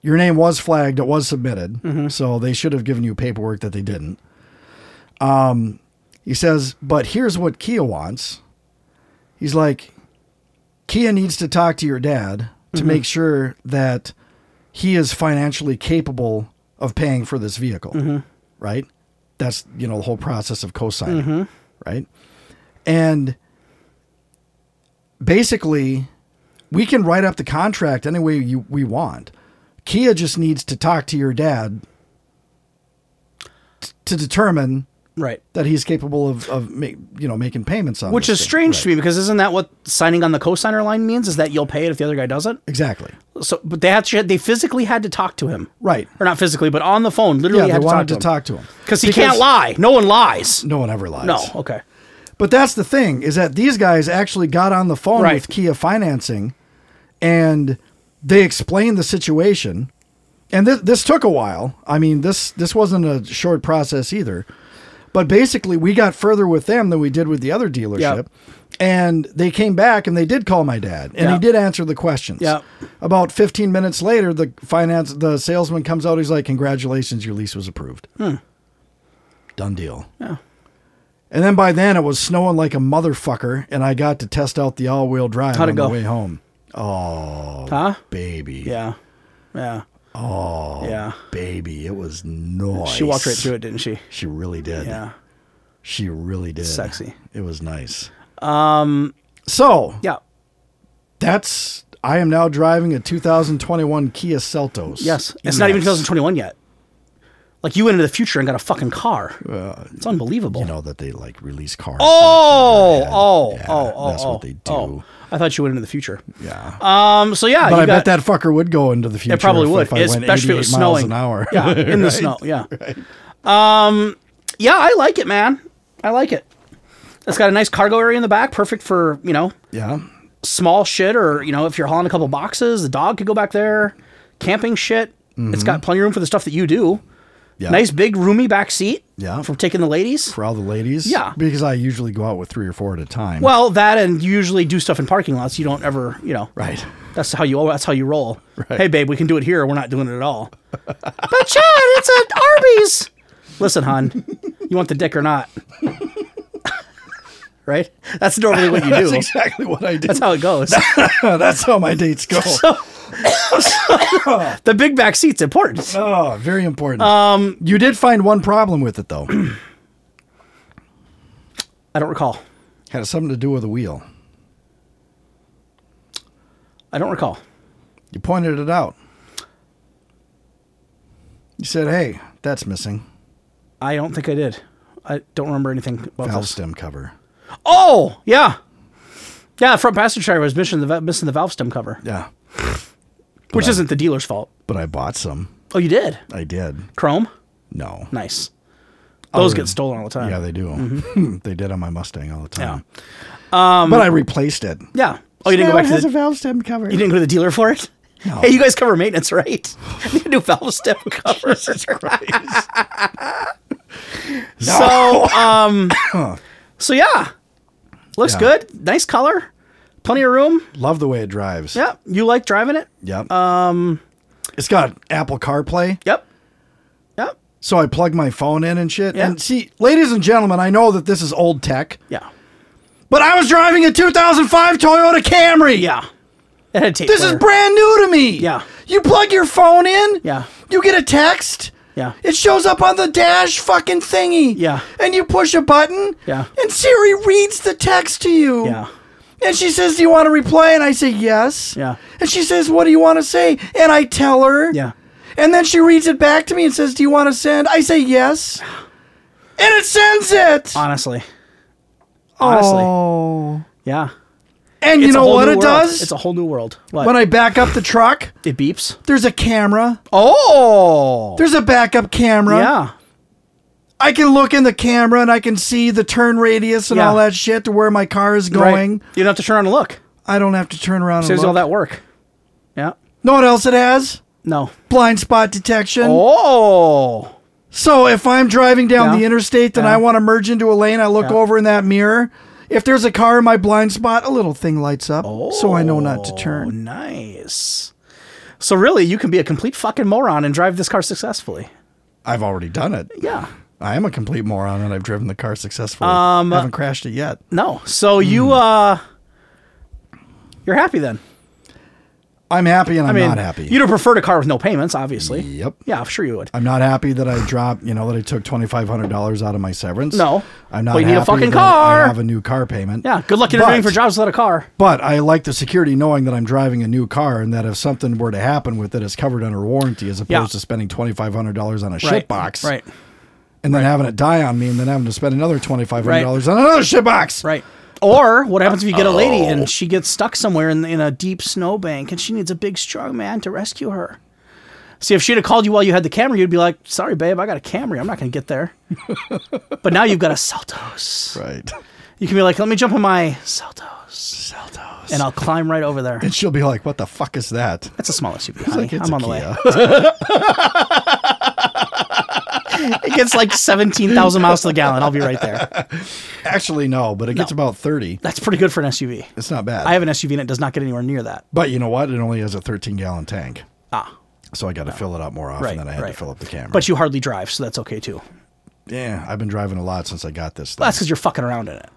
Speaker 1: your name was flagged, it was submitted. So they should have given you paperwork that they didn't. Um, he says, But here's what Kia wants. He's like, Kia needs to talk to your dad to make sure that he is financially capable of paying for this vehicle, right? That's you know the whole process of co-signing,
Speaker 2: Mm-hmm.
Speaker 1: right? And basically, we can write up the contract any way you, we want. Kia just needs to talk to your dad t- to determine
Speaker 2: Right.
Speaker 1: that he's capable of, of ma- you know making payments on.
Speaker 2: Which
Speaker 1: this
Speaker 2: is
Speaker 1: thing.
Speaker 2: strange to me because isn't that what signing on the cosigner line means? Is that you'll pay it if the other guy doesn't?
Speaker 1: Exactly.
Speaker 2: So, but they had they physically had to talk to him,
Speaker 1: Right.
Speaker 2: Or not physically, but on the phone,
Speaker 1: Yeah,
Speaker 2: literally.
Speaker 1: they
Speaker 2: had
Speaker 1: wanted to
Speaker 2: to
Speaker 1: talk
Speaker 2: talk
Speaker 1: to him
Speaker 2: because he can't lie. No one lies.
Speaker 1: No one ever lies.
Speaker 2: No. Okay.
Speaker 1: But that's the thing is that these guys actually got on the phone
Speaker 2: Right.
Speaker 1: with Kia Financing, and they explained the situation. And this this took a while. I mean this this wasn't a short process either. But basically, we got further with them than we did with the other dealership.
Speaker 2: Yep.
Speaker 1: And they came back and they did call my dad, and he
Speaker 2: Yep.
Speaker 1: did answer the questions.
Speaker 2: Yep.
Speaker 1: About 15 minutes later, the finance the salesman comes out. He's like, "Congratulations, your lease was approved. Done deal."
Speaker 2: Yeah.
Speaker 1: And then by then it was snowing like a motherfucker, and I got to test out the all-wheel drive
Speaker 2: How'd it
Speaker 1: on
Speaker 2: go?
Speaker 1: the way home, Oh.
Speaker 2: Huh?
Speaker 1: baby.
Speaker 2: Yeah. Yeah. Oh. Yeah.
Speaker 1: baby, it was nice.
Speaker 2: She walked right through it, didn't she?
Speaker 1: She really did.
Speaker 2: Yeah.
Speaker 1: she really did.
Speaker 2: Sexy.
Speaker 1: It was nice. Um. So
Speaker 2: Yeah.
Speaker 1: that's I am now driving a 2021 Kia Seltos. E
Speaker 2: Yes. It's not even 2021 yet. Like you went into the future and got a fucking car. it's unbelievable.
Speaker 1: You know that they like release cars.
Speaker 2: oh,
Speaker 1: Yeah,
Speaker 2: oh,
Speaker 1: yeah,
Speaker 2: oh, oh,
Speaker 1: that's
Speaker 2: oh,
Speaker 1: what they do.
Speaker 2: oh. I thought you went into the future.
Speaker 1: yeah.
Speaker 2: Um. So yeah,
Speaker 1: but
Speaker 2: you
Speaker 1: I bet
Speaker 2: got,
Speaker 1: that fucker would go into the future.
Speaker 2: It probably
Speaker 1: if-
Speaker 2: would,
Speaker 1: if I went
Speaker 2: especially if it was
Speaker 1: 88 miles
Speaker 2: snowing.
Speaker 1: an hour.
Speaker 2: Yeah, in the snow. Yeah. Um. Yeah, I like it, man. I like it. It's got a nice cargo area in the back, perfect for you know
Speaker 1: yeah.
Speaker 2: small shit or you know if you're hauling a couple boxes, the dog could go back there. Camping shit. It's got plenty of room for the stuff that you do.
Speaker 1: Mm-hmm. Yeah.
Speaker 2: Nice big roomy back seat.
Speaker 1: Yeah.
Speaker 2: For taking the ladies.
Speaker 1: for all the ladies.
Speaker 2: Yeah.
Speaker 1: because I usually go out with three or four at a time.
Speaker 2: Well, that and you usually do stuff in parking lots. You don't ever, you know.
Speaker 1: right.
Speaker 2: That's how you. That's how you roll.
Speaker 1: Right.
Speaker 2: Hey, babe, we can do it here. We're not doing it at all. but Chad, it's at Arby's. Listen, hon, you want the dick or not? right. That's normally what you do.
Speaker 1: That's
Speaker 2: That's,
Speaker 1: exactly what I do. That's
Speaker 2: how it goes.
Speaker 1: how, my dates go.
Speaker 2: the big back seat's important.
Speaker 1: oh, very important. Um, you did find one problem with it though.
Speaker 2: I don't recall.
Speaker 1: Had something to do with the wheel.
Speaker 2: I don't recall.
Speaker 1: You pointed it out. You said, "Hey, that's missing
Speaker 2: I don't think I did. I don't remember anything about
Speaker 1: valve
Speaker 2: this.
Speaker 1: stem cover."
Speaker 2: Oh yeah, yeah. Front passenger tire was missing the va- missing the valve stem cover,
Speaker 1: Yeah,
Speaker 2: which isn't the dealer's fault.
Speaker 1: but I bought some.
Speaker 2: Oh, you did
Speaker 1: I did.
Speaker 2: chrome.
Speaker 1: No.
Speaker 2: Nice. Those get stolen all the time.
Speaker 1: Oh, Yeah, they do.
Speaker 2: Mm-hmm.
Speaker 1: they did on my Mustang all the time. but I replaced it.
Speaker 2: Yeah. Um, Oh, you didn't go
Speaker 1: Now
Speaker 2: back
Speaker 1: it
Speaker 2: to
Speaker 1: has
Speaker 2: the,
Speaker 1: a valve stem cover.
Speaker 2: you didn't go to the dealer for it.
Speaker 1: No.
Speaker 2: Hey, you guys cover maintenance, right? You do valve step cover. So, um, so yeah, looks
Speaker 1: Yeah.
Speaker 2: good. Nice color, plenty of room.
Speaker 1: Love the way it drives.
Speaker 2: Yeah, you like driving it?
Speaker 1: Yep. Um, it's got Apple CarPlay,
Speaker 2: Yep. Yep.
Speaker 1: so I plug my phone in and shit.
Speaker 2: Yeah.
Speaker 1: And see, ladies and gentlemen, I know that this is old tech,
Speaker 2: Yeah.
Speaker 1: but I was driving a 2005 Toyota Camry.
Speaker 2: Yeah. It had tape
Speaker 1: This is
Speaker 2: player.
Speaker 1: brand new to me.
Speaker 2: Yeah.
Speaker 1: You plug your phone in.
Speaker 2: Yeah.
Speaker 1: You get a text.
Speaker 2: Yeah.
Speaker 1: It shows up on the dash fucking thingy.
Speaker 2: Yeah.
Speaker 1: And you push a button.
Speaker 2: Yeah.
Speaker 1: And Siri reads the text to you.
Speaker 2: Yeah.
Speaker 1: And she says, Do you want to replay? And I say, Yes.
Speaker 2: Yeah.
Speaker 1: And she says, What do you want to say? And I tell her.
Speaker 2: Yeah.
Speaker 1: And then she reads it back to me and says, Do you want to send? I say, Yes. And it sends it.
Speaker 2: Honestly. Honestly.
Speaker 1: Oh.
Speaker 2: Yeah.
Speaker 1: And you
Speaker 2: It's a
Speaker 1: know
Speaker 2: whole
Speaker 1: what
Speaker 2: new
Speaker 1: it
Speaker 2: world.
Speaker 1: does?
Speaker 2: It's a whole new world. What?
Speaker 1: when I back up the truck,
Speaker 2: it beeps.
Speaker 1: there's a camera.
Speaker 2: Oh.
Speaker 1: There's a backup camera.
Speaker 2: Yeah.
Speaker 1: I can look in the camera and I can see the turn radius and
Speaker 2: Yeah.
Speaker 1: all that shit to where my car is
Speaker 2: Right.
Speaker 1: going.
Speaker 2: You don't have to turn on and look.
Speaker 1: I don't have to turn around and
Speaker 2: Saves
Speaker 1: look.
Speaker 2: all that work. Yeah.
Speaker 1: Know what else it has?
Speaker 2: No.
Speaker 1: Blind spot detection.
Speaker 2: Oh.
Speaker 1: So if I'm driving down
Speaker 2: Yeah.
Speaker 1: the interstate and
Speaker 2: Yeah.
Speaker 1: I want to merge into a lane, I look
Speaker 2: Yeah.
Speaker 1: over in that mirror. If there's a car in my blind spot, a little thing lights up, so I know not to
Speaker 2: Oh,
Speaker 1: turn.
Speaker 2: nice. So really, you can be a complete fucking moron and drive this car successfully. Oh.
Speaker 1: I've already done it.
Speaker 2: Yeah.
Speaker 1: I am a complete moron, and I've driven the car successfully.
Speaker 2: Um,
Speaker 1: haven't crashed it yet.
Speaker 2: No. So
Speaker 1: Hmm.
Speaker 2: you uh, you're happy then.
Speaker 1: I'm happy, and I'm
Speaker 2: I mean,
Speaker 1: not happy.
Speaker 2: You'd have preferred a car with no payments, obviously.
Speaker 1: Yep.
Speaker 2: Yeah, I'm sure you would.
Speaker 1: I'm not happy that I dropped, you know, that I took twenty five hundred dollars out of my severance.
Speaker 2: No.
Speaker 1: I'm not.
Speaker 2: But you need a
Speaker 1: happy
Speaker 2: fucking
Speaker 1: that
Speaker 2: car.
Speaker 1: I have a new car payment.
Speaker 2: Yeah. Good luck
Speaker 1: But-
Speaker 2: interviewing for jobs without a car.
Speaker 1: But I like the security knowing that I'm driving a new car and that if something were to happen with it, it's covered under warranty as opposed
Speaker 2: Yeah.
Speaker 1: to spending twenty five hundred dollars on a shit box
Speaker 2: Right.
Speaker 1: and then having it die on me and then having to spend another $2,500
Speaker 2: Right.
Speaker 1: on another shit box.
Speaker 2: Right. Or what happens if you get a lady and she gets stuck somewhere in, in a deep snowbank and she needs a big strong man to rescue her? See, if she'd have called you while you had the camera, you'd be like, "Sorry, babe, I got a Camry. I'm not going to get there." but now you've got a Seltos.
Speaker 1: Right.
Speaker 2: You can be like, "Let me jump on my Seltos,
Speaker 1: Seltos.
Speaker 2: and I'll climb right over there."
Speaker 1: And she'll be like, what the fuck is that?
Speaker 2: That's a small SUV, honey.
Speaker 1: like, it's
Speaker 2: I'm
Speaker 1: a
Speaker 2: on the way.
Speaker 1: Kia.
Speaker 2: it gets like 17,000 miles to the gallon. I'll be right there.
Speaker 1: Actually, no, but it gets about 30.
Speaker 2: That's pretty good for an SUV.
Speaker 1: It's not bad.
Speaker 2: I have an SUV and it does not get anywhere near that.
Speaker 1: but you know what? It only has a 13 gallon tank.
Speaker 2: Ah,
Speaker 1: So I got to fill it up more often
Speaker 2: right.
Speaker 1: than I had
Speaker 2: right.
Speaker 1: to fill up the camera.
Speaker 2: But you hardly drive, so that's okay too.
Speaker 1: yeah, I've been driving a lot since I got this thing.
Speaker 2: Well, that's because you're fucking around in it.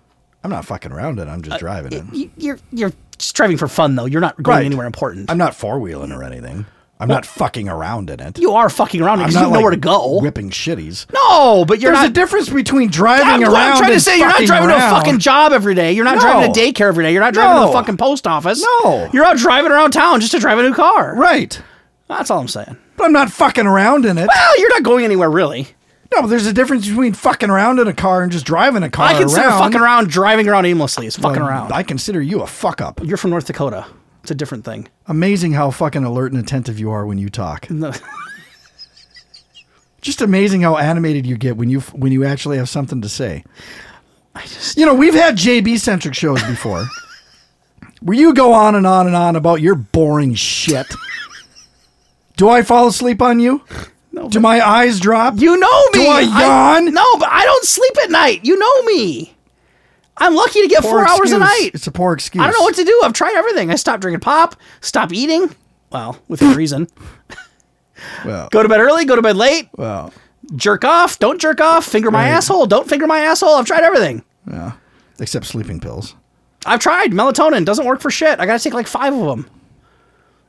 Speaker 1: I'm not fucking around it. I'm just driving it.
Speaker 2: You- You're you're just driving for fun though. You're not Uh, going
Speaker 1: Right.
Speaker 2: anywhere important.
Speaker 1: I'm not four wheeling or anything. I'm not fucking around in it.
Speaker 2: you are fucking around
Speaker 1: I'm
Speaker 2: because you know
Speaker 1: like,
Speaker 2: where to go.
Speaker 1: Whipping shitties.
Speaker 2: no, but you're
Speaker 1: There's
Speaker 2: not.
Speaker 1: a difference between driving
Speaker 2: I'm,
Speaker 1: around.
Speaker 2: I'm trying to
Speaker 1: and
Speaker 2: say you're not
Speaker 1: fucking
Speaker 2: driving to a
Speaker 1: around.
Speaker 2: fucking job every day. You're not driving to
Speaker 1: No.
Speaker 2: daycare every day. You're not driving to the
Speaker 1: No.
Speaker 2: fucking post office.
Speaker 1: No.
Speaker 2: you're out driving around town just to drive a new car.
Speaker 1: right.
Speaker 2: That's all I'm saying.
Speaker 1: But I'm not fucking around in it.
Speaker 2: Well, you're not going anywhere really.
Speaker 1: No, there's a difference between fucking around in a car and just driving a car
Speaker 2: I consider
Speaker 1: around.
Speaker 2: fucking around driving around aimlessly. It's fucking
Speaker 1: Um,
Speaker 2: around.
Speaker 1: I consider you a fuck up.
Speaker 2: you're from North Dakota. It's a different thing.
Speaker 1: Amazing how fucking alert and attentive you are when you talk.
Speaker 2: No.
Speaker 1: Just amazing how animated you get when you when you actually have something to say.
Speaker 2: I just
Speaker 1: You know, we've had JB centric shows before where you go on and on and on about your boring shit. Do I fall asleep on you?
Speaker 2: no.
Speaker 1: Do my eyes drop?
Speaker 2: You know me.
Speaker 1: Do I yawn?
Speaker 2: no, but I don't sleep at night. You know me. I'm lucky to get
Speaker 1: Poor
Speaker 2: four hours a
Speaker 1: excuse.
Speaker 2: night.
Speaker 1: It's a poor excuse.
Speaker 2: I don't know what to do. I've tried everything. I stopped drinking pop, stop eating. Well, with good reason.
Speaker 1: Well,
Speaker 2: Go to bed early, go to bed late,
Speaker 1: well,
Speaker 2: jerk off, don't jerk off, finger my
Speaker 1: Right.
Speaker 2: asshole, don't finger my asshole. I've tried everything.
Speaker 1: yeah. Except sleeping pills.
Speaker 2: I've tried melatonin, doesn't work for shit. I got to take like five of them.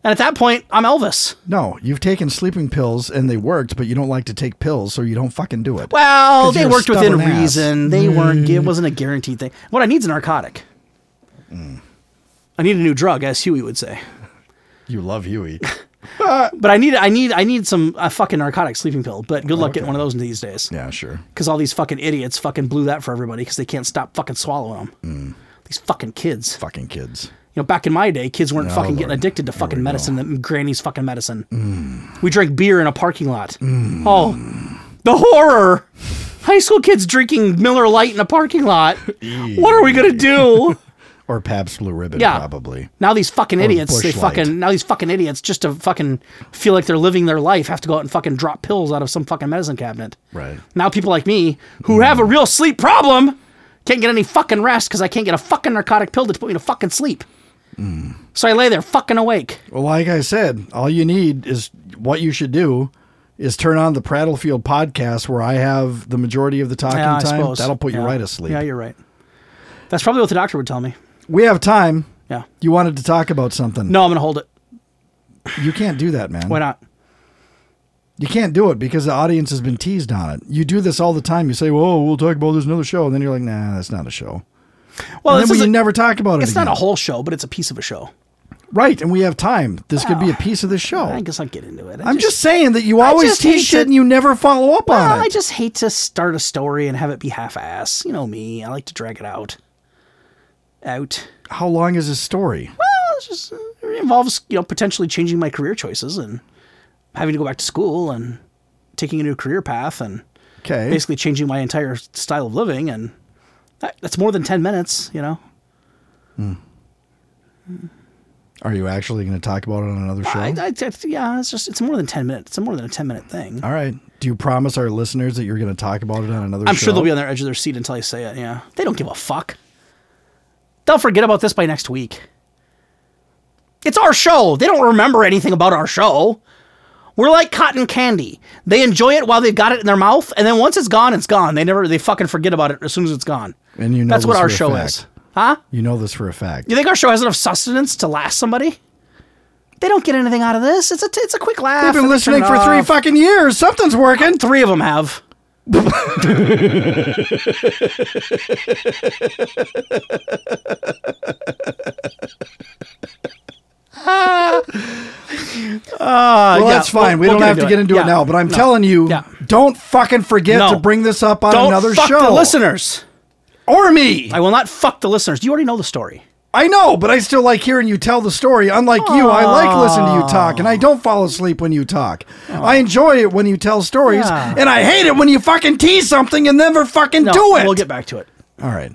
Speaker 2: And at that point, I'm Elvis.
Speaker 1: No, you've taken sleeping pills and they worked, but you don't like to take pills, so you don't fucking do it.
Speaker 2: Well,
Speaker 1: 'Cause
Speaker 2: they
Speaker 1: you're a
Speaker 2: worked within
Speaker 1: stubborn ass. Mm.
Speaker 2: reason. They weren't. It wasn't a guaranteed thing. What I need is a narcotic.
Speaker 1: Mm.
Speaker 2: I need a new drug, as Huey would say.
Speaker 1: You love Huey.
Speaker 2: But I need, I need, I need some uh, fucking narcotic sleeping pill. But good luck getting one of those these days.
Speaker 1: yeah, sure.
Speaker 2: Because all these fucking idiots fucking blew that for everybody because they can't stop fucking swallowing them.
Speaker 1: Mm.
Speaker 2: These fucking kids.
Speaker 1: Fucking kids.
Speaker 2: You know, back in my day, kids weren't fucking getting
Speaker 1: Lord.
Speaker 2: addicted to fucking medicine, that granny's fucking medicine.
Speaker 1: Mm.
Speaker 2: We drank beer in a parking lot. Oh, the horror! High school kids drinking Miller Lite in a parking lot. what are we gonna do?
Speaker 1: Or Pabst Blue Ribbon,
Speaker 2: Yeah.
Speaker 1: probably.
Speaker 2: Now these fucking idiots,
Speaker 1: Busch
Speaker 2: they
Speaker 1: Light.
Speaker 2: fucking now these fucking idiots just to fucking feel like they're living their life have to go out and fucking drop pills out of some fucking medicine cabinet.
Speaker 1: Right.
Speaker 2: Now people like me who have a real sleep problem can't get any fucking rest because I can't get a fucking narcotic pill to put me to fucking sleep. So I lay there fucking awake.
Speaker 1: Well, like I said, all you need is what you should do is turn on the Prattlefield podcast where I have the majority of the talking
Speaker 2: Yeah, I
Speaker 1: time.
Speaker 2: suppose.
Speaker 1: That'll put you
Speaker 2: Yeah.
Speaker 1: right asleep.
Speaker 2: Yeah, you're right. That's probably what the doctor would tell me.
Speaker 1: we have time.
Speaker 2: Yeah.
Speaker 1: You wanted to talk about something.
Speaker 2: No, I'm gonna hold it.
Speaker 1: You can't do that, man.
Speaker 2: Why not?
Speaker 1: You can't do it because the audience has been teased on it. You do this all the time. You say, "Whoa, we'll talk about this another show," and then you're like, "Nah, that's not a show."
Speaker 2: Well,
Speaker 1: and
Speaker 2: this
Speaker 1: then we
Speaker 2: isn't-
Speaker 1: never talk about it.
Speaker 2: It's not
Speaker 1: again.
Speaker 2: a whole show, but it's a piece of a show.
Speaker 1: right, and we have time. This could be a piece of the show.
Speaker 2: I guess I'll get into it. I
Speaker 1: Oh. I'm just saying that you always
Speaker 2: just hate
Speaker 1: tease shit
Speaker 2: to-
Speaker 1: and you never follow up
Speaker 2: Well,
Speaker 1: on it.
Speaker 2: I just hate to start a story and have it be half-ass. You know me. I like to drag it out. Out.
Speaker 1: How long is this story?
Speaker 2: Well, it's just it involves you know potentially changing my career choices and having to go back to school and taking a new career path and
Speaker 1: Okay.
Speaker 2: basically changing my entire style of living and that, that's more than 10 minutes you know
Speaker 1: Are you actually going to talk about it on another show?
Speaker 2: I, I, I- yeah it's just it's more than 10 minutes it's more than a 10 minute thing
Speaker 1: All right. Do you promise our listeners that you're going to talk about it on another
Speaker 2: i'm
Speaker 1: show?
Speaker 2: sure they'll be on their edge of their seat until i say it yeah they don't give a fuck they'll forget about this by next week it's our show they don't remember anything about our show we're like cotton candy they enjoy it while they've got it in their mouth and then once it's gone it's gone they never they fucking forget about it as soon as it's gone
Speaker 1: And you know
Speaker 2: that's what
Speaker 1: this
Speaker 2: our
Speaker 1: for a
Speaker 2: show
Speaker 1: fact.
Speaker 2: is huh
Speaker 1: You know this for a fact.
Speaker 2: You think our show has enough sustenance to last somebody? They don't get anything out of this. It's a it's a quick laugh.
Speaker 1: I've been
Speaker 2: and they turn
Speaker 1: listening
Speaker 2: it
Speaker 1: for three
Speaker 2: off.
Speaker 1: fucking years. Something's working.
Speaker 2: three of them have.
Speaker 1: well,
Speaker 2: yeah,
Speaker 1: that's fine. we
Speaker 2: we'll-
Speaker 1: don't
Speaker 2: we'll get
Speaker 1: have
Speaker 2: into
Speaker 1: to
Speaker 2: it.
Speaker 1: get into
Speaker 2: Yeah.
Speaker 1: it now, but I'm
Speaker 2: No.
Speaker 1: telling you,
Speaker 2: Yeah.
Speaker 1: don't fucking forget
Speaker 2: No.
Speaker 1: to bring this up on
Speaker 2: Don't
Speaker 1: another
Speaker 2: fuck
Speaker 1: show.
Speaker 2: the listeners.
Speaker 1: or me.
Speaker 2: I will not fuck the listeners. You already know the story.
Speaker 1: I know, but I still like hearing you tell the story. Unlike you, I like listening to you talk, and I don't fall asleep when you talk. I enjoy it when you tell stories,
Speaker 2: Yeah.
Speaker 1: and I hate it when you fucking tease something and never fucking
Speaker 2: No,
Speaker 1: do it.
Speaker 2: We'll get back to it.
Speaker 1: All right.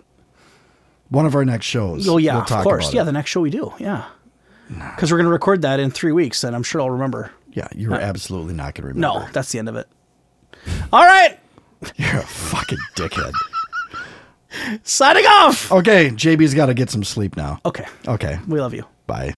Speaker 1: One of our next shows.
Speaker 2: Oh yeah,
Speaker 1: we'll
Speaker 2: of
Speaker 1: talk
Speaker 2: course.
Speaker 1: about
Speaker 2: Yeah,
Speaker 1: it.
Speaker 2: the next show we do. Yeah. Because we're gonna record that in three weeks, and I'm sure I'll remember.
Speaker 1: Yeah, you're absolutely not going to remember.
Speaker 2: Uh, No, that's the end of it. All right,
Speaker 1: You're a fucking dickhead.
Speaker 2: signing off.
Speaker 1: Okay, JB's got to get some sleep now.
Speaker 2: Okay,
Speaker 1: Okay,
Speaker 2: we love you.
Speaker 1: bye.